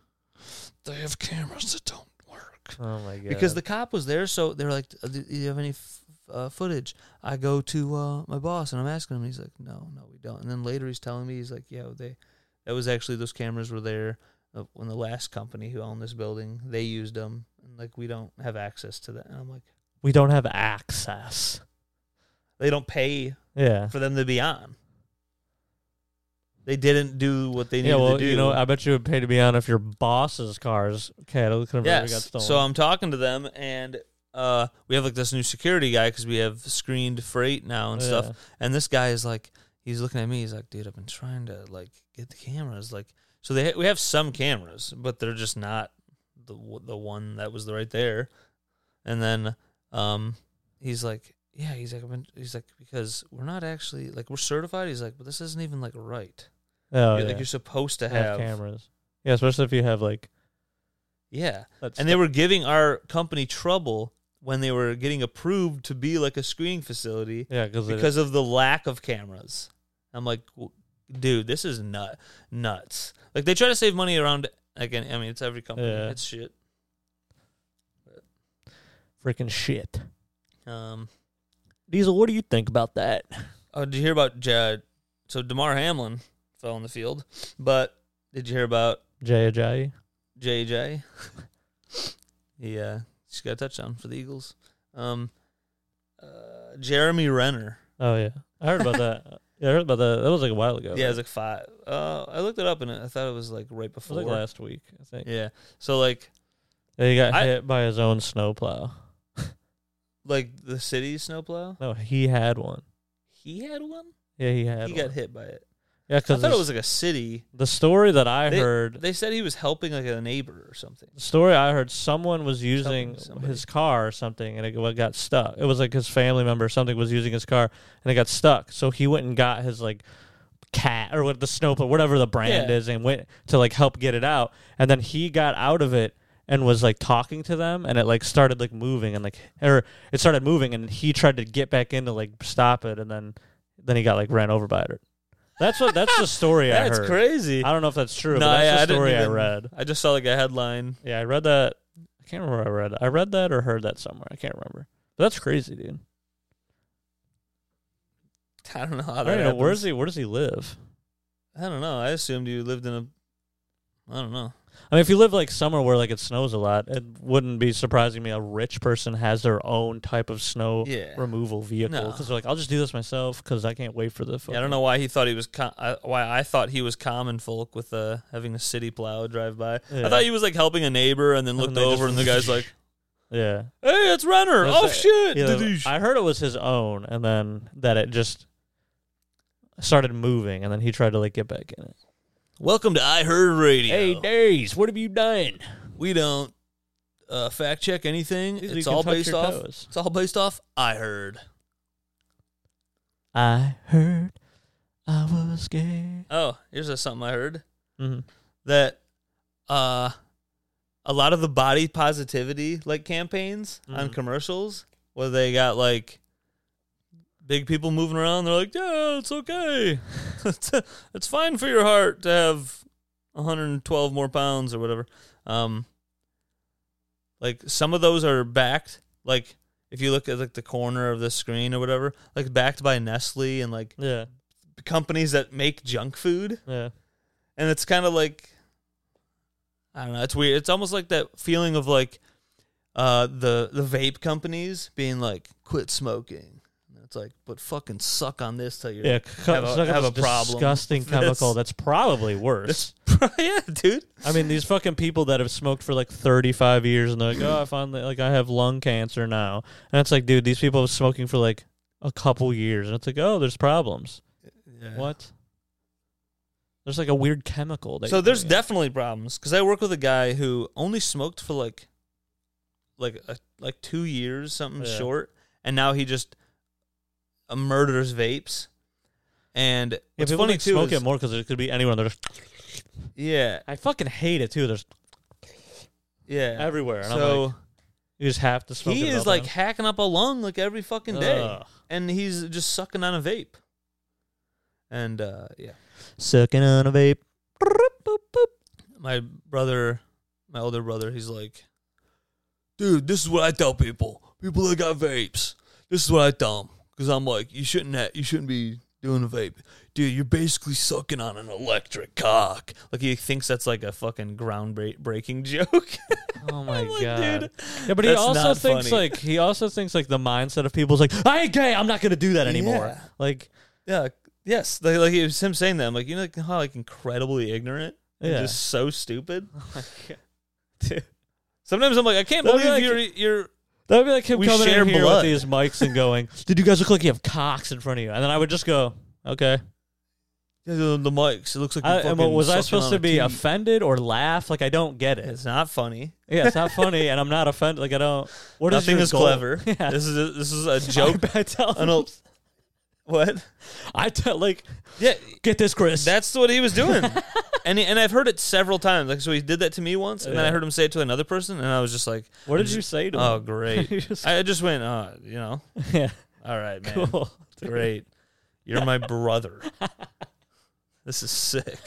[SPEAKER 1] They have cameras that don't work.
[SPEAKER 2] Oh my god.
[SPEAKER 1] because the cop was there. So they're like, "Do you have any f- uh, footage?" I go to uh, my boss and I'm asking him. He's like, "No, no, we don't." And then later he's telling me, he's like, "Yeah, they that was actually those cameras were there uh, when the last company who owned this building they used them, and like we don't have access to that." And I'm like,
[SPEAKER 2] we don't have access.
[SPEAKER 1] "They don't pay
[SPEAKER 2] Yeah.
[SPEAKER 1] for them to be on. They didn't do what they needed
[SPEAKER 2] Yeah.
[SPEAKER 1] to
[SPEAKER 2] Well,
[SPEAKER 1] do."
[SPEAKER 2] you know, I bet you would pay to be on if your boss's car's cattle converter got
[SPEAKER 1] Yes.
[SPEAKER 2] stolen.
[SPEAKER 1] So I'm talking to them, and uh, we have like this new security guy because we have screened freight now and
[SPEAKER 2] Oh, Yeah.
[SPEAKER 1] stuff. And this guy is like, he's looking at me. He's like, dude, I've been trying to like get the cameras. Like, so they we have some cameras, but they're just not the w- the one that was right there. And then um, he's like, yeah, he's like, I've been, he's like, because we're not actually like we're certified. He's like, but this isn't even like right.
[SPEAKER 2] Oh,
[SPEAKER 1] You're-
[SPEAKER 2] yeah.
[SPEAKER 1] Like you're supposed to
[SPEAKER 2] Have
[SPEAKER 1] have,
[SPEAKER 2] cameras. Yeah, especially if you have like.
[SPEAKER 1] yeah.
[SPEAKER 2] That's
[SPEAKER 1] And they were giving our company trouble when they were getting approved to be like a screening facility
[SPEAKER 2] yeah, cause they-
[SPEAKER 1] because of the lack of cameras. I'm like, w- dude, this is nut nuts. Like they try to save money around. Again, I mean, it's every company.
[SPEAKER 2] Yeah.
[SPEAKER 1] It's shit.
[SPEAKER 2] freaking shit.
[SPEAKER 1] Um,
[SPEAKER 2] Diesel, what do you think about that?
[SPEAKER 1] oh, did you hear about Jad? So Demar Hamlin fell in the field, but did you hear about
[SPEAKER 2] Jay Ajayi?
[SPEAKER 1] JJ? <laughs> yeah, she got a touchdown for the Eagles. Um, uh, Jeremy Renner.
[SPEAKER 2] Oh yeah, I heard about
[SPEAKER 1] <laughs>
[SPEAKER 2] that. Yeah, I heard about that. That was like a while ago.
[SPEAKER 1] Yeah, it
[SPEAKER 2] right?
[SPEAKER 1] was like five. Uh, I looked it up and I thought it was like right
[SPEAKER 2] It
[SPEAKER 1] before.
[SPEAKER 2] was like last week, I think.
[SPEAKER 1] Yeah. So like,
[SPEAKER 2] He got
[SPEAKER 1] I-
[SPEAKER 2] hit by his own snowplow.
[SPEAKER 1] Like the city's snowplow,
[SPEAKER 2] No, he had one.
[SPEAKER 1] he had one.
[SPEAKER 2] Yeah, he had.
[SPEAKER 1] he
[SPEAKER 2] one.
[SPEAKER 1] got hit by it.
[SPEAKER 2] Yeah,
[SPEAKER 1] I
[SPEAKER 2] because
[SPEAKER 1] thought it was like a city.
[SPEAKER 2] the story that I
[SPEAKER 1] They-
[SPEAKER 2] heard.
[SPEAKER 1] They said he was helping like a neighbor or something.
[SPEAKER 2] The story I heard: someone was using
[SPEAKER 1] somebody.
[SPEAKER 2] his car or something, and it got- got stuck. It was like his family member or something was using his car, and it got stuck. So he went and got his like cat or what the snowplow, whatever the brand
[SPEAKER 1] Yeah.
[SPEAKER 2] is, and went to like help get it out. And then he got out of it and was like talking to them, and it like started like moving and like or it started moving, and he tried to get back in to like stop it, and then then he got like ran over by it. That's what that's the story I heard.
[SPEAKER 1] That's crazy.
[SPEAKER 2] I don't know if that's true,
[SPEAKER 1] No,
[SPEAKER 2] but
[SPEAKER 1] yeah,
[SPEAKER 2] that's
[SPEAKER 1] I
[SPEAKER 2] the
[SPEAKER 1] didn't
[SPEAKER 2] story I
[SPEAKER 1] even-
[SPEAKER 2] read.
[SPEAKER 1] I just saw like a headline. <laughs>
[SPEAKER 2] Yeah, I read that. I can't remember. Where I read. I read that or heard that somewhere. I can't remember. But that's crazy, dude.
[SPEAKER 1] I don't know how
[SPEAKER 2] I
[SPEAKER 1] Oh, that.
[SPEAKER 2] don't even know
[SPEAKER 1] happens.
[SPEAKER 2] where does he. Where does he live?
[SPEAKER 1] I don't know. I assumed you lived in a. I don't know.
[SPEAKER 2] I mean, if you live like somewhere where like it snows a lot, it wouldn't be surprising me. A rich person has their own type of snow
[SPEAKER 1] Yeah.
[SPEAKER 2] removal vehicle
[SPEAKER 1] No.
[SPEAKER 2] because they're like, I'll just do this myself because I can't wait for the.
[SPEAKER 1] Yeah, I don't know why he thought he was. Com- I, why I thought he was common folk with uh, having a city plow drive by.
[SPEAKER 2] Yeah.
[SPEAKER 1] I thought he was like helping a neighbor, and then
[SPEAKER 2] And
[SPEAKER 1] looked
[SPEAKER 2] they
[SPEAKER 1] over,
[SPEAKER 2] just-
[SPEAKER 1] and the guy's
[SPEAKER 2] <laughs>
[SPEAKER 1] like,
[SPEAKER 2] Yeah.
[SPEAKER 1] "Hey, it's Renner!
[SPEAKER 2] That's
[SPEAKER 1] oh
[SPEAKER 2] it.
[SPEAKER 1] shit!"
[SPEAKER 2] Yeah,
[SPEAKER 1] Dadoosh.
[SPEAKER 2] I heard it was his own, and then that it just started moving, and then he tried to like get back in it.
[SPEAKER 1] Welcome to I Heard Radio.
[SPEAKER 2] days, what have you done?
[SPEAKER 1] we don't uh, fact check anything. It's all based off. It's all based off I Heard.
[SPEAKER 2] I heard I was gay.
[SPEAKER 1] Oh, here's a, something I heard
[SPEAKER 2] Mm-hmm.
[SPEAKER 1] that uh, a lot of the body positivity like campaigns on
[SPEAKER 2] Mhm.
[SPEAKER 1] commercials where they got like big people moving around. They're like, "Yeah, it's okay. <laughs> it's, it's fine for your heart to have 112 more pounds or whatever." Um, like some of those are backed. Like if you look at like the corner of the screen or whatever, like backed by Nestle and like
[SPEAKER 2] Yeah,
[SPEAKER 1] companies that make junk food
[SPEAKER 2] yeah,
[SPEAKER 1] and it's kind of like I don't know. It's weird. It's almost like that feeling of like uh, the the vape companies being like, "Quit smoking." And It's like, but fucking suck on this till you're <laughs>
[SPEAKER 2] yeah. Co-
[SPEAKER 1] have a-
[SPEAKER 2] suck up
[SPEAKER 1] have
[SPEAKER 2] this
[SPEAKER 1] a problem. <laughs>
[SPEAKER 2] Disgusting
[SPEAKER 1] This-
[SPEAKER 2] chemical. That's probably
[SPEAKER 1] <laughs>
[SPEAKER 2] worse.
[SPEAKER 1] yeah, dude.
[SPEAKER 2] I mean, these fucking people that have smoked for like thirty-five years and they're like, "Oh, I finally like I have lung cancer now," and it's like, dude, these people have smoking for like a couple years, and it's like, oh, there's problems. What? There's like a weird chemical. That
[SPEAKER 1] So
[SPEAKER 2] you
[SPEAKER 1] there's
[SPEAKER 2] bring in.
[SPEAKER 1] definitely problems because I work with a guy who only smoked for like, like a, like two years, something
[SPEAKER 2] Yeah.
[SPEAKER 1] short, and now he just uh, murders vapes. And
[SPEAKER 2] yeah,
[SPEAKER 1] it's
[SPEAKER 2] people
[SPEAKER 1] funny
[SPEAKER 2] like
[SPEAKER 1] too.
[SPEAKER 2] smoke
[SPEAKER 1] is-
[SPEAKER 2] it more because it could be anyone. There's
[SPEAKER 1] yeah,
[SPEAKER 2] I fucking hate it too. There's
[SPEAKER 1] yeah.
[SPEAKER 2] everywhere, and I'm
[SPEAKER 1] so.
[SPEAKER 2] like, you just have to smoke.
[SPEAKER 1] he
[SPEAKER 2] it
[SPEAKER 1] is
[SPEAKER 2] all
[SPEAKER 1] like
[SPEAKER 2] the
[SPEAKER 1] hacking up a lung like every fucking
[SPEAKER 2] time.
[SPEAKER 1] day,
[SPEAKER 2] Ugh.
[SPEAKER 1] and he's just sucking on a vape. And uh, yeah,
[SPEAKER 2] Sucking on a vape.
[SPEAKER 1] my brother, my older brother, he's like, dude, this is what I tell people: people that got vapes. This is what I tell them because I'm like, you shouldn't, ha- you shouldn't be doing a vape, dude. You're basically sucking on an electric cock. Like he thinks that's like a fucking groundbreaking <laughs> joke.
[SPEAKER 2] Oh my
[SPEAKER 1] <laughs> I'm like,
[SPEAKER 2] god.
[SPEAKER 1] dude,
[SPEAKER 2] yeah, but he
[SPEAKER 1] that's
[SPEAKER 2] also
[SPEAKER 1] not
[SPEAKER 2] thinks
[SPEAKER 1] funny.
[SPEAKER 2] like he also thinks like the mindset of people is like, I ain't gay. I'm not gonna do that anymore.
[SPEAKER 1] Yeah.
[SPEAKER 2] Like,
[SPEAKER 1] Yeah. Yes. Like, like it was him saying that. I'm like, you know like, how like incredibly ignorant and
[SPEAKER 2] Yeah. Oh
[SPEAKER 1] just so stupid.
[SPEAKER 2] <laughs>
[SPEAKER 1] Sometimes I'm like, I can't
[SPEAKER 2] That'd be
[SPEAKER 1] believe
[SPEAKER 2] like-
[SPEAKER 1] you're you're
[SPEAKER 2] that would be like him
[SPEAKER 1] We
[SPEAKER 2] coming
[SPEAKER 1] share
[SPEAKER 2] in here
[SPEAKER 1] blood.
[SPEAKER 2] with these mics and going,
[SPEAKER 1] <laughs>
[SPEAKER 2] "Dude, you guys look like you have cocks in front of you," and then I would just go, "Okay."
[SPEAKER 1] the, the mics. It looks like
[SPEAKER 2] I,
[SPEAKER 1] you're
[SPEAKER 2] and
[SPEAKER 1] fucking
[SPEAKER 2] was I
[SPEAKER 1] sucking
[SPEAKER 2] supposed
[SPEAKER 1] on
[SPEAKER 2] to
[SPEAKER 1] a
[SPEAKER 2] be
[SPEAKER 1] tea.
[SPEAKER 2] offended or laugh? Like, I don't get it.
[SPEAKER 1] It's not funny.
[SPEAKER 2] Yeah, it's not funny, and I'm not offended. Like, I don't. What is
[SPEAKER 1] Nothing
[SPEAKER 2] your
[SPEAKER 1] is
[SPEAKER 2] goal?
[SPEAKER 1] clever.
[SPEAKER 2] <laughs> Yeah.
[SPEAKER 1] <laughs> This is a, this is
[SPEAKER 2] <laughs>
[SPEAKER 1] a joke.
[SPEAKER 2] I, tell.
[SPEAKER 1] I don't- what?
[SPEAKER 2] I tell. Like,
[SPEAKER 1] Yeah.
[SPEAKER 2] get this, Chris.
[SPEAKER 1] That's what he
[SPEAKER 2] <laughs>
[SPEAKER 1] was doing. and he, and I've heard it several times. Like so, he did that to me once, and then I
[SPEAKER 2] Yeah.
[SPEAKER 1] heard him say it to another person, and I was just like,
[SPEAKER 2] what did you say to
[SPEAKER 1] "Oh,
[SPEAKER 2] him? <laughs>
[SPEAKER 1] great!"
[SPEAKER 2] You just-
[SPEAKER 1] I just went, "Oh, you know,
[SPEAKER 2] <laughs> yeah.
[SPEAKER 1] all right, man."
[SPEAKER 2] Cool.
[SPEAKER 1] Great. You're my <laughs> brother. This is sick.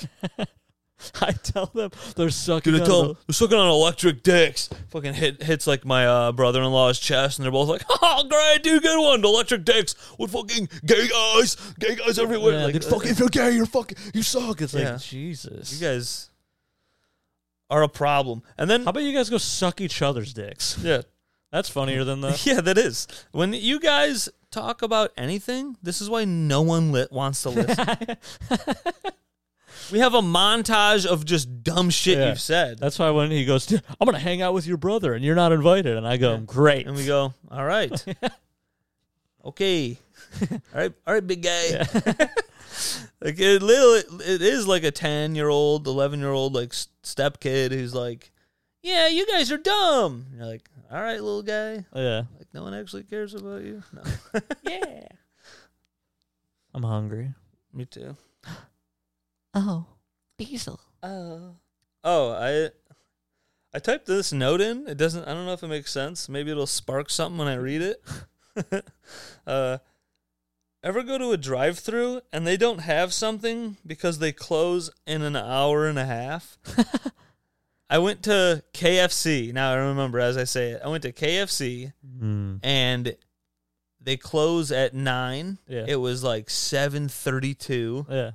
[SPEAKER 2] I tell them they're sucking.
[SPEAKER 1] Dude, I
[SPEAKER 2] on
[SPEAKER 1] tell
[SPEAKER 2] the-
[SPEAKER 1] him, they're sucking on electric dicks. Fucking hit, hits like my uh, brother in law's chest, and they're both like, <laughs> oh, great, dude, good one. Electric dicks with fucking gay guys, gay guys everywhere.
[SPEAKER 2] Yeah,
[SPEAKER 1] like,
[SPEAKER 2] dude,
[SPEAKER 1] uh,
[SPEAKER 2] fucking-
[SPEAKER 3] if you're gay, you're fucking you suck.
[SPEAKER 2] It's like
[SPEAKER 1] Yeah.
[SPEAKER 2] Jesus.
[SPEAKER 1] You guys are a problem. And then,
[SPEAKER 2] How about you guys go suck each other's dicks?
[SPEAKER 1] <laughs> yeah, <laughs>
[SPEAKER 2] That's funnier than the.
[SPEAKER 1] yeah, that is. When you guys <laughs> talk about anything, this is why no one lit wants to listen. We have a montage of just dumb shit
[SPEAKER 2] Yeah.
[SPEAKER 1] you've
[SPEAKER 2] <laughs>
[SPEAKER 1] said.
[SPEAKER 2] That's why when he goes, I'm gonna hang out with your brother, and you're not invited, and I go, great.
[SPEAKER 1] and we go, all right, okay, all right, all right, big guy. <laughs> like it, little, it is like a ten-year-old, eleven-year-old, like s- step kid who's like, yeah, you guys are dumb. And you're like, all right, little guy.
[SPEAKER 2] Oh, yeah,
[SPEAKER 1] Like no one actually cares about you. No,
[SPEAKER 2] yeah. I'm hungry.
[SPEAKER 1] me too.
[SPEAKER 2] Oh,
[SPEAKER 1] <laughs>
[SPEAKER 2] Diesel.
[SPEAKER 1] Oh, oh, I, I typed this note in. It doesn't. I don't know if it makes sense. Maybe it'll spark something when I read it. <laughs> uh, ever go to a drive-through and they don't have something because they close in an hour and a half? I went to KFC. Now I remember as I say it. I went to KFC
[SPEAKER 2] Hmm.
[SPEAKER 1] and they close at nine.
[SPEAKER 2] Yeah.
[SPEAKER 1] It was like seven thirty-two
[SPEAKER 2] Yeah.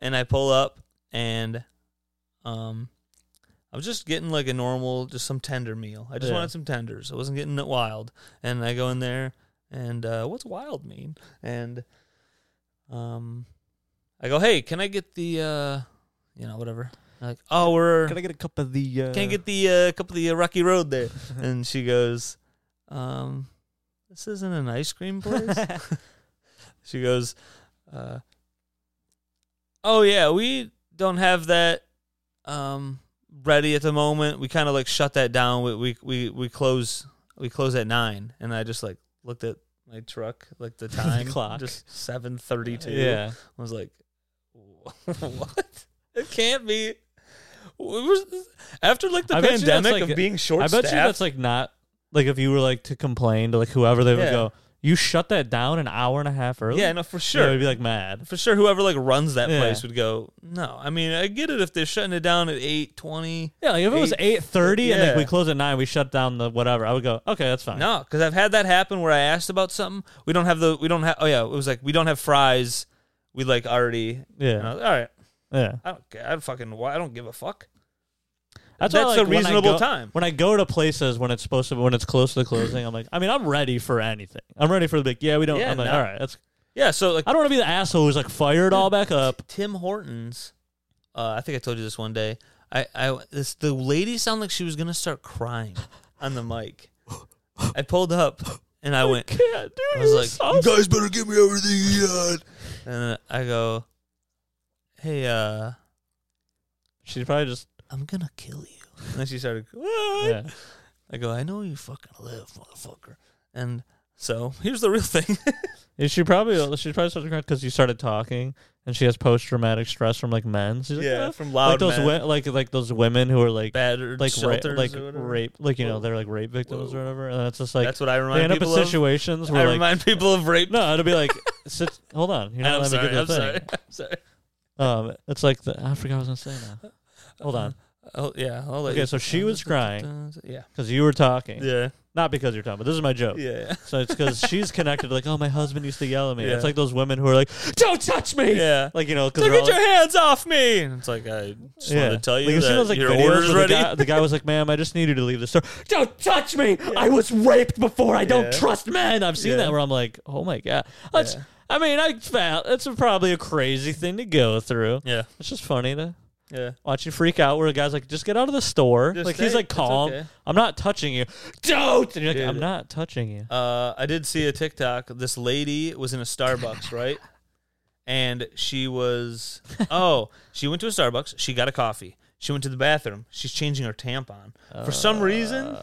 [SPEAKER 1] and I pull up and um I was just getting like a normal just some tender meal. I just
[SPEAKER 2] Yeah.
[SPEAKER 1] wanted some tenders. I wasn't getting it wild. And I go in there and uh what's wild mean? And um I go, "Hey, can I get the uh you know, whatever." They're like, "Oh, we're
[SPEAKER 2] Can I get a cup of the? Uh,
[SPEAKER 1] can't get the uh, cup of the uh, rocky
[SPEAKER 2] <laughs>
[SPEAKER 1] road there. and she goes, um, this isn't an ice cream
[SPEAKER 2] <laughs>
[SPEAKER 1] place. she goes, uh, oh yeah, we don't have that um, ready at the moment. We kind of like shut that down. We, we we we close we close at nine. And I just like looked at my truck, like
[SPEAKER 2] <laughs>
[SPEAKER 1] the time
[SPEAKER 2] clock.
[SPEAKER 1] just seven thirty two.
[SPEAKER 2] Yeah.
[SPEAKER 1] I was like, <laughs> what? It can't be. It was after like the
[SPEAKER 2] I bet you that's
[SPEAKER 1] pandemic
[SPEAKER 2] like-
[SPEAKER 1] of being short
[SPEAKER 2] I bet you
[SPEAKER 1] staffed.
[SPEAKER 2] that's like not like if you were like to complain to like whoever they would
[SPEAKER 1] Yeah.
[SPEAKER 2] go, you shut that down an hour and a half early.
[SPEAKER 1] yeah, no, for
[SPEAKER 2] They
[SPEAKER 1] sure.
[SPEAKER 2] would be like mad.
[SPEAKER 1] for sure, whoever like runs that
[SPEAKER 2] Yeah.
[SPEAKER 1] place would go. No, I mean, I get it if they're shutting it down at eight twenty.
[SPEAKER 2] Yeah, like if it was eight thirty and like
[SPEAKER 1] Yeah.
[SPEAKER 2] we close at nine, we shut down the whatever. I would go, okay, that's fine.
[SPEAKER 1] No, because I've had that happen where I asked about something. We don't have the. We don't have. Oh yeah, it was like we don't have fries. We like already.
[SPEAKER 2] Yeah.
[SPEAKER 1] and I was, All right.
[SPEAKER 2] Yeah,
[SPEAKER 1] I don't. care. I fucking. I don't give a fuck.
[SPEAKER 2] why,
[SPEAKER 1] That's
[SPEAKER 2] like,
[SPEAKER 1] a
[SPEAKER 2] when I
[SPEAKER 1] reasonable
[SPEAKER 2] go-
[SPEAKER 1] time.
[SPEAKER 2] When I go to places when it's supposed to, when it's close to closing, I'm like, I mean, I'm ready for anything. I'm ready for the like, yeah, we don't.
[SPEAKER 1] Yeah,
[SPEAKER 2] I'm like,
[SPEAKER 1] no.
[SPEAKER 2] all right, that's.
[SPEAKER 1] Yeah. So like,
[SPEAKER 2] I don't want to be the asshole who's like fired all back up.
[SPEAKER 1] Tim Hortons. Uh, I think I told you this one day. I, I this the lady sounded like she was gonna start crying on the mic. I pulled up and I went,
[SPEAKER 2] Can't do
[SPEAKER 1] I was
[SPEAKER 2] it
[SPEAKER 1] like,
[SPEAKER 2] yourself.
[SPEAKER 3] guys better give me everything you got.
[SPEAKER 1] and then I go, "Hey, uh,
[SPEAKER 2] She's probably just.
[SPEAKER 1] I'm gonna kill you." And then she started.
[SPEAKER 2] Yeah.
[SPEAKER 1] I go, "I know you fucking live, motherfucker." And so here's the real thing.
[SPEAKER 2] Yeah, she probably she probably started crying because you started talking, and she has post traumatic stress from like men. She's like,
[SPEAKER 1] <laughs>
[SPEAKER 2] "Ah."
[SPEAKER 1] from loud
[SPEAKER 2] like those
[SPEAKER 1] men,
[SPEAKER 2] wo- like like those women who are like
[SPEAKER 1] battered
[SPEAKER 2] like ra-
[SPEAKER 1] shelters,
[SPEAKER 2] like
[SPEAKER 1] or whatever.
[SPEAKER 2] rape, like you know
[SPEAKER 1] Whoa.
[SPEAKER 2] they're like rape victims
[SPEAKER 1] Whoa.
[SPEAKER 2] or whatever, and it's just like
[SPEAKER 1] That's what I
[SPEAKER 2] they
[SPEAKER 1] remind
[SPEAKER 2] end up in
[SPEAKER 1] people of.
[SPEAKER 2] situations
[SPEAKER 1] I
[SPEAKER 2] where like
[SPEAKER 1] remind people of rape.
[SPEAKER 2] no, it'll be like sit, hold on, you're not
[SPEAKER 1] I'm
[SPEAKER 2] letting
[SPEAKER 1] sorry.
[SPEAKER 2] me get
[SPEAKER 1] I'm
[SPEAKER 2] the thing.
[SPEAKER 1] sorry. <laughs> I'm sorry.
[SPEAKER 2] Um, it's like the, I forgot what I was gonna say now. Hold
[SPEAKER 1] <laughs>
[SPEAKER 2] on,
[SPEAKER 1] Oh yeah. I'll let
[SPEAKER 2] Okay,
[SPEAKER 1] you-
[SPEAKER 2] so she was crying.
[SPEAKER 1] Yeah.
[SPEAKER 2] because you were talking,
[SPEAKER 1] Yeah.
[SPEAKER 2] not because you're talking, but this is my joke.
[SPEAKER 1] Yeah.
[SPEAKER 2] So it's because she's connected. Like, oh, my husband used to yell at me.
[SPEAKER 1] Yeah.
[SPEAKER 2] It's like those women who are like, <laughs> "Don't touch me!"
[SPEAKER 1] Yeah.
[SPEAKER 2] Like you know, because
[SPEAKER 1] So get your hands off me. And it's like I just wanted to tell you
[SPEAKER 2] Like, I've seen
[SPEAKER 1] that
[SPEAKER 2] those, like,
[SPEAKER 1] your
[SPEAKER 2] videos
[SPEAKER 1] order's
[SPEAKER 2] where
[SPEAKER 1] ready.
[SPEAKER 2] The
[SPEAKER 1] <laughs>
[SPEAKER 2] guy, the guy was like, "Ma'am, I just needed to leave the store. Don't touch me. I was raped before. I don't
[SPEAKER 1] Yeah.
[SPEAKER 2] trust men." I've seen
[SPEAKER 1] Yeah.
[SPEAKER 2] that where I'm like, "Oh my god." That's,
[SPEAKER 1] Yeah.
[SPEAKER 2] I mean, I found that's a- probably a crazy thing to go through.
[SPEAKER 1] Yeah.
[SPEAKER 2] It's just funny to
[SPEAKER 1] Yeah.
[SPEAKER 2] watch you freak out where a guy's like, "Just get out of the store."
[SPEAKER 1] Just
[SPEAKER 2] like
[SPEAKER 1] stay.
[SPEAKER 2] he's like
[SPEAKER 1] It's
[SPEAKER 2] calm.
[SPEAKER 1] okay.
[SPEAKER 2] I'm not touching you. Don't. And you're like,
[SPEAKER 1] Dude.
[SPEAKER 2] "I'm not touching you."
[SPEAKER 1] Uh, I did see a TikTok. This lady was in a Starbucks, right? And she was oh, she went to a Starbucks. She got a coffee. She went to the bathroom. She's changing her tampon. For some reason,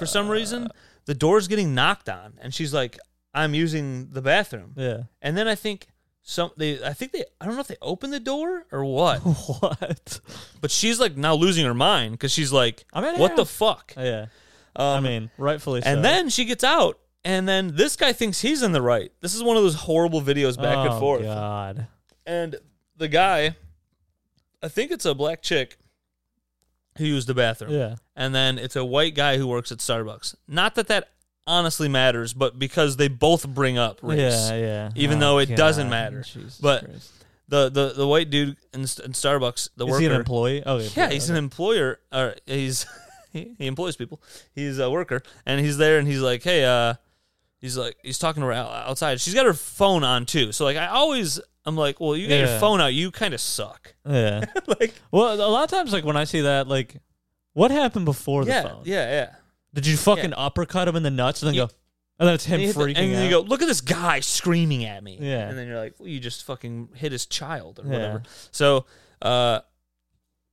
[SPEAKER 1] for some reason, the door's getting knocked on, and she's like, "I'm using the bathroom."
[SPEAKER 2] Yeah.
[SPEAKER 1] And then I think some they I think they I don't know if they opened the door or what.
[SPEAKER 2] <laughs> What?
[SPEAKER 1] But she's like now losing her mind because she's like,
[SPEAKER 2] I'm outta
[SPEAKER 1] "What
[SPEAKER 2] here."
[SPEAKER 1] the fuck?"
[SPEAKER 2] Yeah. I
[SPEAKER 1] Um,
[SPEAKER 2] mean, rightfully so.
[SPEAKER 1] and then she gets out, and then this guy thinks he's in the right. This is one of those horrible videos back
[SPEAKER 2] Oh,
[SPEAKER 1] and forth.
[SPEAKER 2] God.
[SPEAKER 1] And the guy, I think it's a black chick who used the bathroom,
[SPEAKER 2] Yeah.
[SPEAKER 1] and then it's a white guy who works at Starbucks. Not that that honestly matters, but because they both bring up race.
[SPEAKER 2] Yeah, yeah.
[SPEAKER 1] even
[SPEAKER 2] Oh,
[SPEAKER 1] though it doesn't
[SPEAKER 2] God.
[SPEAKER 1] matter.
[SPEAKER 2] Jesus
[SPEAKER 1] But
[SPEAKER 2] Christ.
[SPEAKER 1] The, the the white dude in, St- in Starbucks, the
[SPEAKER 2] is
[SPEAKER 1] worker,
[SPEAKER 2] he an employee? Oh,
[SPEAKER 1] Yeah, he's an employer. Or he's <laughs> he, he employs people. He's a worker, and he's there, and he's like, hey, uh, he's like, he's talking to her out- outside. She's got her phone on too. So like, I always I'm like, well, you get your
[SPEAKER 2] Yeah.
[SPEAKER 1] phone out. You kind of suck. <laughs>
[SPEAKER 2] Yeah.
[SPEAKER 1] like,
[SPEAKER 2] Well, a lot of times, like when I see that, like, what happened before
[SPEAKER 1] yeah,
[SPEAKER 2] the phone?
[SPEAKER 1] yeah, yeah.
[SPEAKER 2] Did you fucking uppercut him in the nuts and then
[SPEAKER 1] Yeah.
[SPEAKER 2] go, and then it's him
[SPEAKER 1] And, you hit the-
[SPEAKER 2] freaking
[SPEAKER 1] and
[SPEAKER 2] out?
[SPEAKER 1] you go, look at this guy screaming at me.
[SPEAKER 2] Yeah.
[SPEAKER 1] And then you're like, well, you just fucking hit his child or
[SPEAKER 2] Yeah.
[SPEAKER 1] whatever. So uh,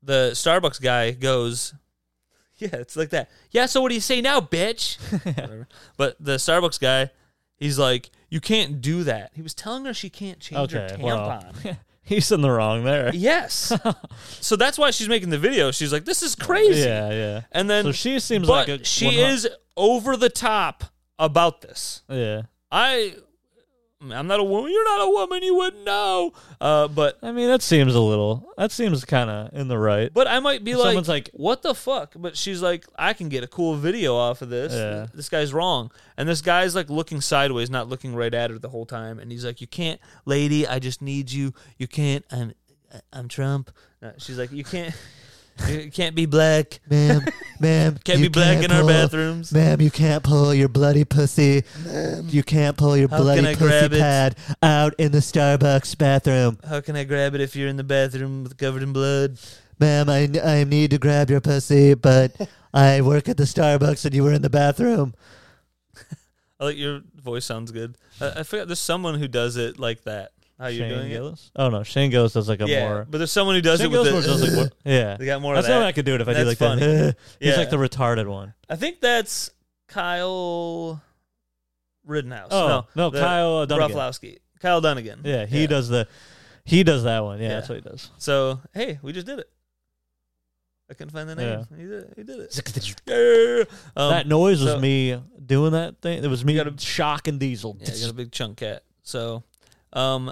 [SPEAKER 1] the Starbucks guy goes, <laughs> yeah, it's like that. Yeah, so what do you say now,
[SPEAKER 2] <laughs>
[SPEAKER 1] bitch? Whatever. But the Starbucks guy, he's like, you can't do that. He was telling her she can't change her
[SPEAKER 2] okay,
[SPEAKER 1] tampon.
[SPEAKER 2] well, <laughs> he's in the wrong there. <laughs>
[SPEAKER 1] Yes. so that's why she's making the video. She's like, this is crazy.
[SPEAKER 2] Yeah, yeah.
[SPEAKER 1] And then
[SPEAKER 2] So she seems
[SPEAKER 1] but
[SPEAKER 2] like a,
[SPEAKER 1] she
[SPEAKER 2] one hu-
[SPEAKER 1] is over the top about this.
[SPEAKER 2] Yeah.
[SPEAKER 1] I I'm not a woman. You're not a woman. You wouldn't know. Uh, but
[SPEAKER 2] I mean, that seems a little. That seems kind of in the right.
[SPEAKER 1] but I might be
[SPEAKER 2] If
[SPEAKER 1] like,
[SPEAKER 2] someone's like-
[SPEAKER 1] what the fuck? But she's like, I can get a cool video off of this.
[SPEAKER 2] Yeah.
[SPEAKER 1] This guy's wrong, and this guy's like looking sideways, not looking right at her the whole time. And he's like, you can't, lady. I just need you. You can't. I'm I'm Trump. Uh, she's like, you can't. <laughs> You can't be black. <laughs>
[SPEAKER 4] Ma'am, ma'am,
[SPEAKER 1] Can't
[SPEAKER 4] you
[SPEAKER 1] be black in our
[SPEAKER 4] pull-
[SPEAKER 1] bathrooms.
[SPEAKER 4] Ma'am, you can't pull your bloody pussy. You can't pull your
[SPEAKER 1] How
[SPEAKER 4] bloody
[SPEAKER 1] can I
[SPEAKER 4] pussy
[SPEAKER 1] grab it?
[SPEAKER 4] pad out in the Starbucks bathroom.
[SPEAKER 1] How can I grab it if you're in the bathroom with covered in blood?
[SPEAKER 4] Ma'am, I, I need to grab your pussy, but I work at the Starbucks and you were in the bathroom.
[SPEAKER 1] I like your voice sounds good. I, I forgot there's someone who does it like that. How you
[SPEAKER 2] Shane
[SPEAKER 1] doing it?
[SPEAKER 2] Gillis? Oh no, Shane Gillis does like a
[SPEAKER 1] yeah,
[SPEAKER 2] more.
[SPEAKER 1] but there's someone who does
[SPEAKER 2] Shane
[SPEAKER 1] it with
[SPEAKER 2] Gillis more
[SPEAKER 1] the,
[SPEAKER 2] does
[SPEAKER 1] <laughs>
[SPEAKER 2] like what- yeah.
[SPEAKER 1] They got more
[SPEAKER 2] That's
[SPEAKER 1] of
[SPEAKER 2] the only
[SPEAKER 1] that.
[SPEAKER 2] I could do it if I did
[SPEAKER 1] That's
[SPEAKER 2] like
[SPEAKER 1] funny.
[SPEAKER 2] that. <laughs> He's
[SPEAKER 1] Yeah.
[SPEAKER 2] like the retarded one.
[SPEAKER 1] I think that's Kyle Rittenhouse.
[SPEAKER 2] Oh no,
[SPEAKER 1] the-
[SPEAKER 2] Kyle Dunnigan.
[SPEAKER 1] Broflowski. Kyle Dunnigan.
[SPEAKER 2] Yeah, he does the he does that one. Yeah,
[SPEAKER 1] Yeah.
[SPEAKER 2] that's what he does.
[SPEAKER 1] So hey, we just did it. I couldn't find the name. He did it. He did it.
[SPEAKER 2] <laughs>
[SPEAKER 1] Yeah. Um,
[SPEAKER 2] that noise was
[SPEAKER 1] so-
[SPEAKER 2] me doing that thing. It was me
[SPEAKER 1] You gotta-
[SPEAKER 2] shock and diesel.
[SPEAKER 1] Yeah, you got a big chunk cat. So, um,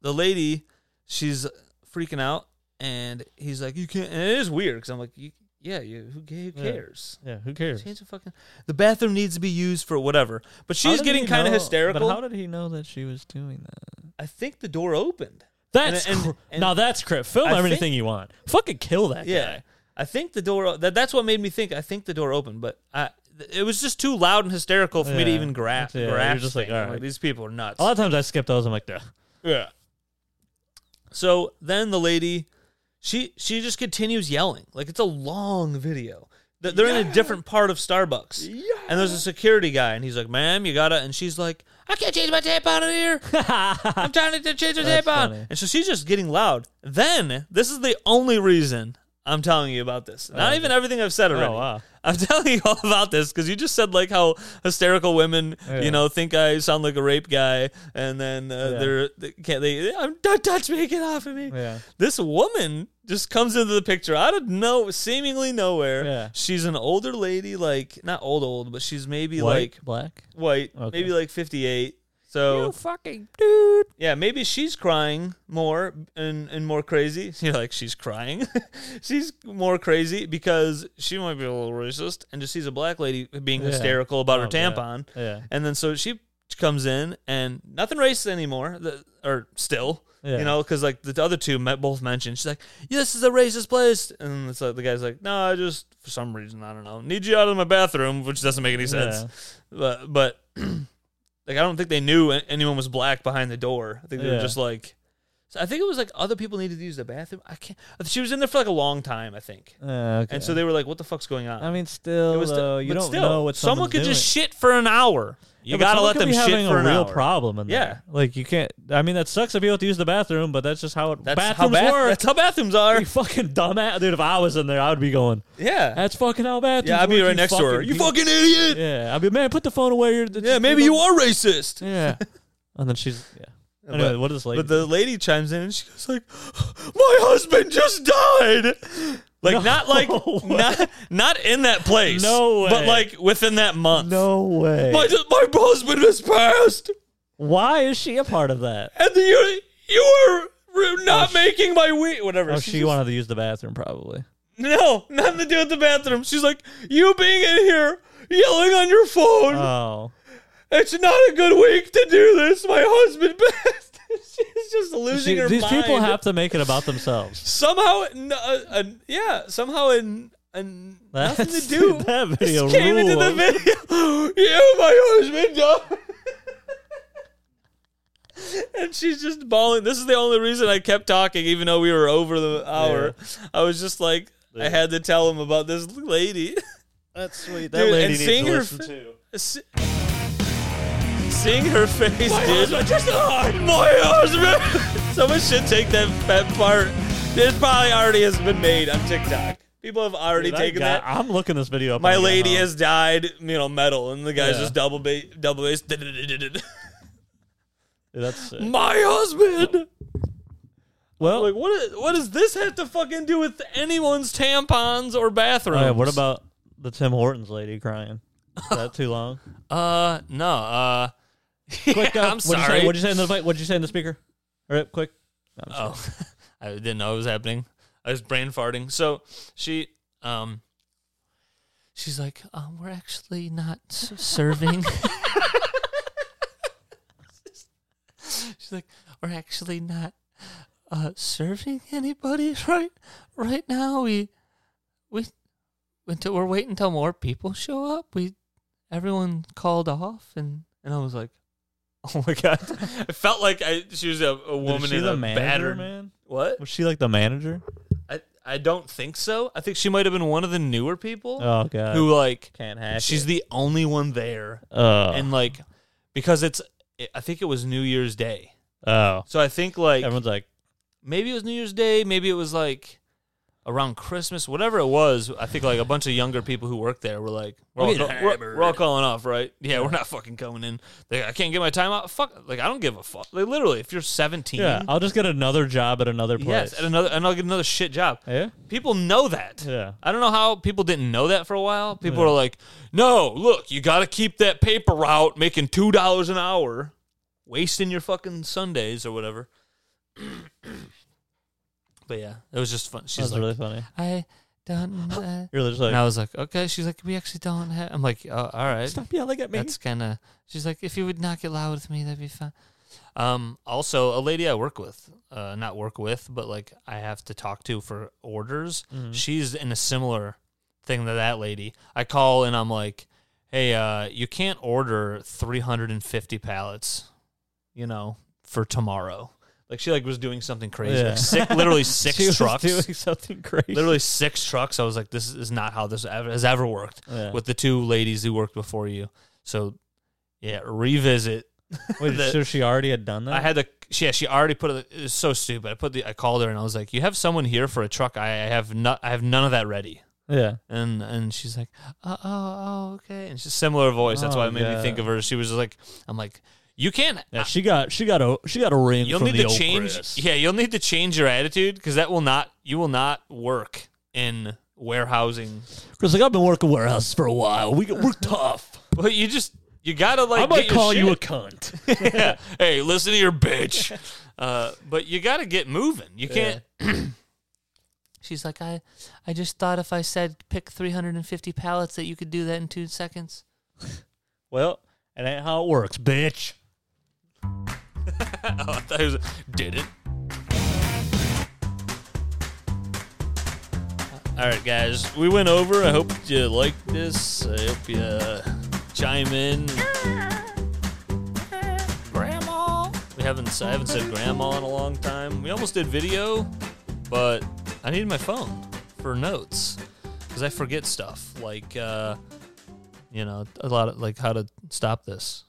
[SPEAKER 1] the lady, she's freaking out, and he's like, "You can't." And it is weird because I'm like, you, "Yeah, you, who, ca- who
[SPEAKER 2] Yeah.
[SPEAKER 1] cares?"
[SPEAKER 2] Yeah, who cares?
[SPEAKER 1] Change the fucking. The bathroom needs to be used for whatever. But she's getting kind of hysterical.
[SPEAKER 2] But how did he know that she was doing that?
[SPEAKER 1] I think the door opened.
[SPEAKER 2] That's
[SPEAKER 1] And- and-
[SPEAKER 2] cr-
[SPEAKER 1] and-
[SPEAKER 2] now that's crap. Film
[SPEAKER 1] I think-
[SPEAKER 2] everything you want. Fucking kill that
[SPEAKER 1] Yeah.
[SPEAKER 2] guy.
[SPEAKER 1] I think the door. o- That that's what made me think. I think the door opened, but I. th- It was just too loud and hysterical for me to
[SPEAKER 2] Yeah.
[SPEAKER 1] even grasp.
[SPEAKER 2] Yeah, you're
[SPEAKER 1] grasp
[SPEAKER 2] just like,
[SPEAKER 1] things. I'm
[SPEAKER 2] alright.
[SPEAKER 1] these people are nuts.
[SPEAKER 2] A lot of times I skip those. I'm like,
[SPEAKER 1] <laughs>
[SPEAKER 2] Duh.
[SPEAKER 1] Yeah. So then the lady, she she just continues yelling. Like it's a long video. Th- They're in a different part of Starbucks, and there's a security guy, and he's like, "Ma'am, you gotta," and she's like, "I can't change my tampon in
[SPEAKER 2] <laughs>
[SPEAKER 1] here. I'm trying to change my
[SPEAKER 2] That's
[SPEAKER 1] tampon,"
[SPEAKER 2] funny.
[SPEAKER 1] and so she's just getting loud. Then this is the only reason I'm telling you about this. Not even everything I've said already.
[SPEAKER 2] Uh-huh. Oh wow.
[SPEAKER 1] I'm telling you all about this because you just said like how hysterical women,
[SPEAKER 2] Yeah.
[SPEAKER 1] you know, think I sound like a rape guy, and then uh,
[SPEAKER 2] Yeah.
[SPEAKER 1] they're they can't they? I'm don't touch me, get off of me.
[SPEAKER 2] Yeah.
[SPEAKER 1] This woman just comes into the picture out of no, seemingly nowhere.
[SPEAKER 2] Yeah.
[SPEAKER 1] She's an older lady, like not old old, but she's maybe like
[SPEAKER 2] black.
[SPEAKER 1] white,
[SPEAKER 2] Okay.
[SPEAKER 1] maybe like 58. So
[SPEAKER 2] fucking <laughs> dude.
[SPEAKER 1] yeah, maybe she's crying more and, and more crazy. <laughs> You're like, she's crying. <laughs> she's more crazy because she might be a little racist and just sees a black lady being
[SPEAKER 2] Yeah.
[SPEAKER 1] hysterical about her
[SPEAKER 2] Oh, yeah.
[SPEAKER 1] tampon.
[SPEAKER 2] Yeah.
[SPEAKER 1] And then so she comes in and nothing racist anymore, the, or still.
[SPEAKER 2] Yeah.
[SPEAKER 1] You know, because like the other two met, both mentioned, she's like, yeah, "This is a racist place," and it's like the guy's like, "No, I just for some reason I don't know need you out of my bathroom," which doesn't make any sense but but <clears throat> like I don't think they knew a- anyone was black behind the door. I think they were
[SPEAKER 2] Yeah.
[SPEAKER 1] just like. So I think it was like other people needed to use the bathroom. I can't. She was in there for like a long time, I think,
[SPEAKER 2] Yeah, okay.
[SPEAKER 1] and so they were like, "What the fuck's going on?"
[SPEAKER 2] I mean, still,
[SPEAKER 1] the-
[SPEAKER 2] though, you
[SPEAKER 1] but
[SPEAKER 2] don't
[SPEAKER 1] still,
[SPEAKER 2] know what
[SPEAKER 1] someone
[SPEAKER 2] someone's
[SPEAKER 1] could just
[SPEAKER 2] doing.
[SPEAKER 1] shit for an hour. You
[SPEAKER 2] Yeah, but
[SPEAKER 1] gotta
[SPEAKER 2] someone
[SPEAKER 1] let
[SPEAKER 2] could
[SPEAKER 1] them
[SPEAKER 2] be
[SPEAKER 1] shit
[SPEAKER 2] having
[SPEAKER 1] for
[SPEAKER 2] a
[SPEAKER 1] an
[SPEAKER 2] real
[SPEAKER 1] hour.
[SPEAKER 2] problem. In there. like you can't. I mean, that sucks to be able to use the bathroom, but that's just how it,
[SPEAKER 1] That's how
[SPEAKER 2] bathrooms
[SPEAKER 1] bath-
[SPEAKER 2] work.
[SPEAKER 1] That's how bathrooms
[SPEAKER 2] <laughs>
[SPEAKER 1] are.
[SPEAKER 2] you fucking dumbass, dude. If I was in there, I would be going.
[SPEAKER 1] Yeah,
[SPEAKER 2] That's fucking how bathrooms.
[SPEAKER 1] yeah. I'd
[SPEAKER 2] work,
[SPEAKER 1] be right
[SPEAKER 2] you
[SPEAKER 1] next to her. You
[SPEAKER 2] people."
[SPEAKER 1] fucking idiot.
[SPEAKER 2] Yeah, I'd be man. Put the phone away. You're,
[SPEAKER 1] Yeah, maybe you are
[SPEAKER 2] <laughs>
[SPEAKER 1] racist.
[SPEAKER 2] Yeah, and then she's yeah. Anyway, what is this lady?
[SPEAKER 1] <laughs> But the lady chimes in and she goes like, <gasps> "My husband just died." Like
[SPEAKER 2] No <laughs>
[SPEAKER 1] not like
[SPEAKER 2] way.
[SPEAKER 1] not not in that place.
[SPEAKER 2] No way.
[SPEAKER 1] But like within that month.
[SPEAKER 2] no way.
[SPEAKER 1] My my husband has passed,
[SPEAKER 2] Why is she a part of that?
[SPEAKER 1] and the, uh, you you were not making my week. Whatever.
[SPEAKER 2] Oh,
[SPEAKER 1] She's
[SPEAKER 2] she
[SPEAKER 1] just-
[SPEAKER 2] wanted to use the bathroom, probably.
[SPEAKER 1] <laughs> No, nothing to do with the bathroom. She's like, you being in here yelling on your phone.
[SPEAKER 2] Oh,
[SPEAKER 1] it's not a good week to do this. My husband <laughs> passed. She's just losing
[SPEAKER 2] She-
[SPEAKER 1] her
[SPEAKER 2] these
[SPEAKER 1] mind.
[SPEAKER 2] people have to make it about themselves.
[SPEAKER 1] somehow, n- uh, uh, yeah, somehow, and and nothing
[SPEAKER 2] That's-
[SPEAKER 1] to do.
[SPEAKER 2] <laughs> that
[SPEAKER 1] This
[SPEAKER 2] video
[SPEAKER 1] came into the
[SPEAKER 2] rules. <laughs>
[SPEAKER 1] video. yeah, my husband died.
[SPEAKER 2] <laughs> and she's just bawling. This is the only reason I kept talking, even though we were over the hour. I was just like, I
[SPEAKER 1] Yeah.
[SPEAKER 2] had to tell him about this lady. <laughs>
[SPEAKER 1] That's sweet.
[SPEAKER 2] That Dude, lady and needs to seeing her listen fa-
[SPEAKER 1] too.
[SPEAKER 2] Se- Seeing her face, dude.
[SPEAKER 1] just a
[SPEAKER 2] My husband. <laughs> Someone should take that that part. This probably already has been made on TikTok. People have already taken that. I'm looking this video up.
[SPEAKER 1] I
[SPEAKER 2] My
[SPEAKER 1] got
[SPEAKER 2] lady
[SPEAKER 1] home.
[SPEAKER 2] has died, you know, metal, and the guy's
[SPEAKER 1] Yeah.
[SPEAKER 2] just double bass, double bass. <laughs>
[SPEAKER 1] that's sick.
[SPEAKER 2] My husband.
[SPEAKER 1] well.
[SPEAKER 2] Like what? Is, what does this have to fucking do with anyone's tampons or bathrooms?
[SPEAKER 1] Oh, yeah,
[SPEAKER 2] what
[SPEAKER 1] what
[SPEAKER 2] about?
[SPEAKER 1] about-
[SPEAKER 4] The Tim Hortons lady crying. Is that
[SPEAKER 1] <laughs>
[SPEAKER 4] too long?
[SPEAKER 1] uh, no.
[SPEAKER 2] <laughs>
[SPEAKER 1] Uh,
[SPEAKER 4] Quick, go.
[SPEAKER 1] I'm
[SPEAKER 4] What'd you say?
[SPEAKER 1] sorry.
[SPEAKER 4] What'd you say in the mic? What'd you say in the speaker? All right, quick.
[SPEAKER 1] Oh, <laughs> I didn't know it was happening. I was brain farting. So she, um, she's like, um, we're actually not
[SPEAKER 4] <laughs>
[SPEAKER 1] s- serving. she's like, we're actually not uh, serving anybody right right now. We we until we're waiting until more people show up. We everyone called off, and and I was like, oh my god, <laughs>
[SPEAKER 2] It felt like I, she was a, a woman
[SPEAKER 4] Was she
[SPEAKER 2] in
[SPEAKER 4] the
[SPEAKER 2] a
[SPEAKER 4] manager,
[SPEAKER 2] battered.
[SPEAKER 4] man?
[SPEAKER 2] What?
[SPEAKER 4] Was she like the manager?
[SPEAKER 1] I I don't think so. I think she might have been one of the newer people
[SPEAKER 4] Oh god.
[SPEAKER 1] who like
[SPEAKER 4] can't hack
[SPEAKER 1] she's
[SPEAKER 4] it.
[SPEAKER 1] the only one there
[SPEAKER 4] oh.
[SPEAKER 1] and like because it's I think it was New Year's Day.
[SPEAKER 4] oh.
[SPEAKER 1] So I think like
[SPEAKER 4] Everyone's like,
[SPEAKER 1] maybe it was New Year's Day, maybe it was like around Christmas, whatever it was. I think like a bunch of younger people who worked there were like, we're all,
[SPEAKER 2] Get
[SPEAKER 1] call- we're, we're all calling off, right? Yeah, we're not fucking coming in. Like, I can't get my time out. Fuck, like I don't give a fuck. Like literally, if you're 17,
[SPEAKER 4] yeah, I'll just get another job at another place.
[SPEAKER 1] yes, and another and I'll get another shit job.
[SPEAKER 4] yeah.
[SPEAKER 1] People know that.
[SPEAKER 4] Yeah.
[SPEAKER 1] I don't know how people didn't know that for a while. People are like, no, look, you got to keep that paper route making $2 an hour, wasting your fucking Sundays or whatever. but yeah, it was just fun. She's
[SPEAKER 4] That's
[SPEAKER 1] like,
[SPEAKER 4] really funny.
[SPEAKER 1] I don't. Uh,
[SPEAKER 4] You're just like,
[SPEAKER 1] and I was <laughs> like, okay. She's like, we actually don't have. I'm like, oh, all right.
[SPEAKER 4] stop yelling at me.
[SPEAKER 1] That's kind of. She's like, if you would not get loud with me, that'd be fine. Um, also, a lady I work with, uh, not work with, but like I have to talk to for orders.
[SPEAKER 4] Mm-hmm.
[SPEAKER 1] Mm-hmm. She's in a similar thing to that lady. I call and I'm like, hey, uh, you can't order 350 pallets, you know, for tomorrow. Like she like was doing something crazy,
[SPEAKER 4] Yeah.
[SPEAKER 1] like six,
[SPEAKER 4] <laughs>
[SPEAKER 1] literally six
[SPEAKER 4] she
[SPEAKER 1] trucks,
[SPEAKER 4] was doing <laughs> something crazy.
[SPEAKER 1] literally six trucks. I was like, this is not how this ever, has ever worked
[SPEAKER 4] Yeah.
[SPEAKER 1] with the two ladies who worked before you. So, yeah, revisit.
[SPEAKER 4] Wait,
[SPEAKER 1] the-
[SPEAKER 4] so she already had done that?
[SPEAKER 1] I had the yeah. She already put it. It was so stupid. I put the. I called her and I was like, "You have someone here for a truck. I, I have not. I have none of that ready."
[SPEAKER 4] yeah.
[SPEAKER 1] And and she's like, "Oh, oh, oh okay." And she's similar voice. That's
[SPEAKER 4] Oh,
[SPEAKER 1] why it made
[SPEAKER 4] yeah.
[SPEAKER 1] me think of her. She was like, "I'm like, you can't.
[SPEAKER 4] Yeah, she got she got a she got a ring
[SPEAKER 1] You'll
[SPEAKER 4] from
[SPEAKER 1] need
[SPEAKER 4] the
[SPEAKER 1] to
[SPEAKER 4] old
[SPEAKER 1] change.
[SPEAKER 4] Chris.
[SPEAKER 1] Yeah, you'll need to change your attitude because that will not. You will not work in warehousing.
[SPEAKER 4] Chris, like I've been working warehouses for a while. We we're tough.
[SPEAKER 1] But you just you gotta like.
[SPEAKER 4] I might
[SPEAKER 1] get your
[SPEAKER 4] call you
[SPEAKER 1] shit.
[SPEAKER 4] a cunt.
[SPEAKER 1] yeah.
[SPEAKER 4] <laughs>
[SPEAKER 1] <laughs> Hey, listen to your bitch. Uh, but you got to get moving. You can't. <laughs> She's like, I, I just thought if I said pick 350 pallets that you could do that in
[SPEAKER 2] <laughs>
[SPEAKER 1] two seconds.
[SPEAKER 4] well, it ain't how it works, bitch.
[SPEAKER 1] oh, I thought it was. Did it? All right, guys, we went over. I hope you liked this. I hope you uh, chime in. Grandma. We haven't. I haven't said grandma in a long time. We almost did video, but I needed my phone for notes because I forget stuff like, uh, you know, a lot of like how to stop this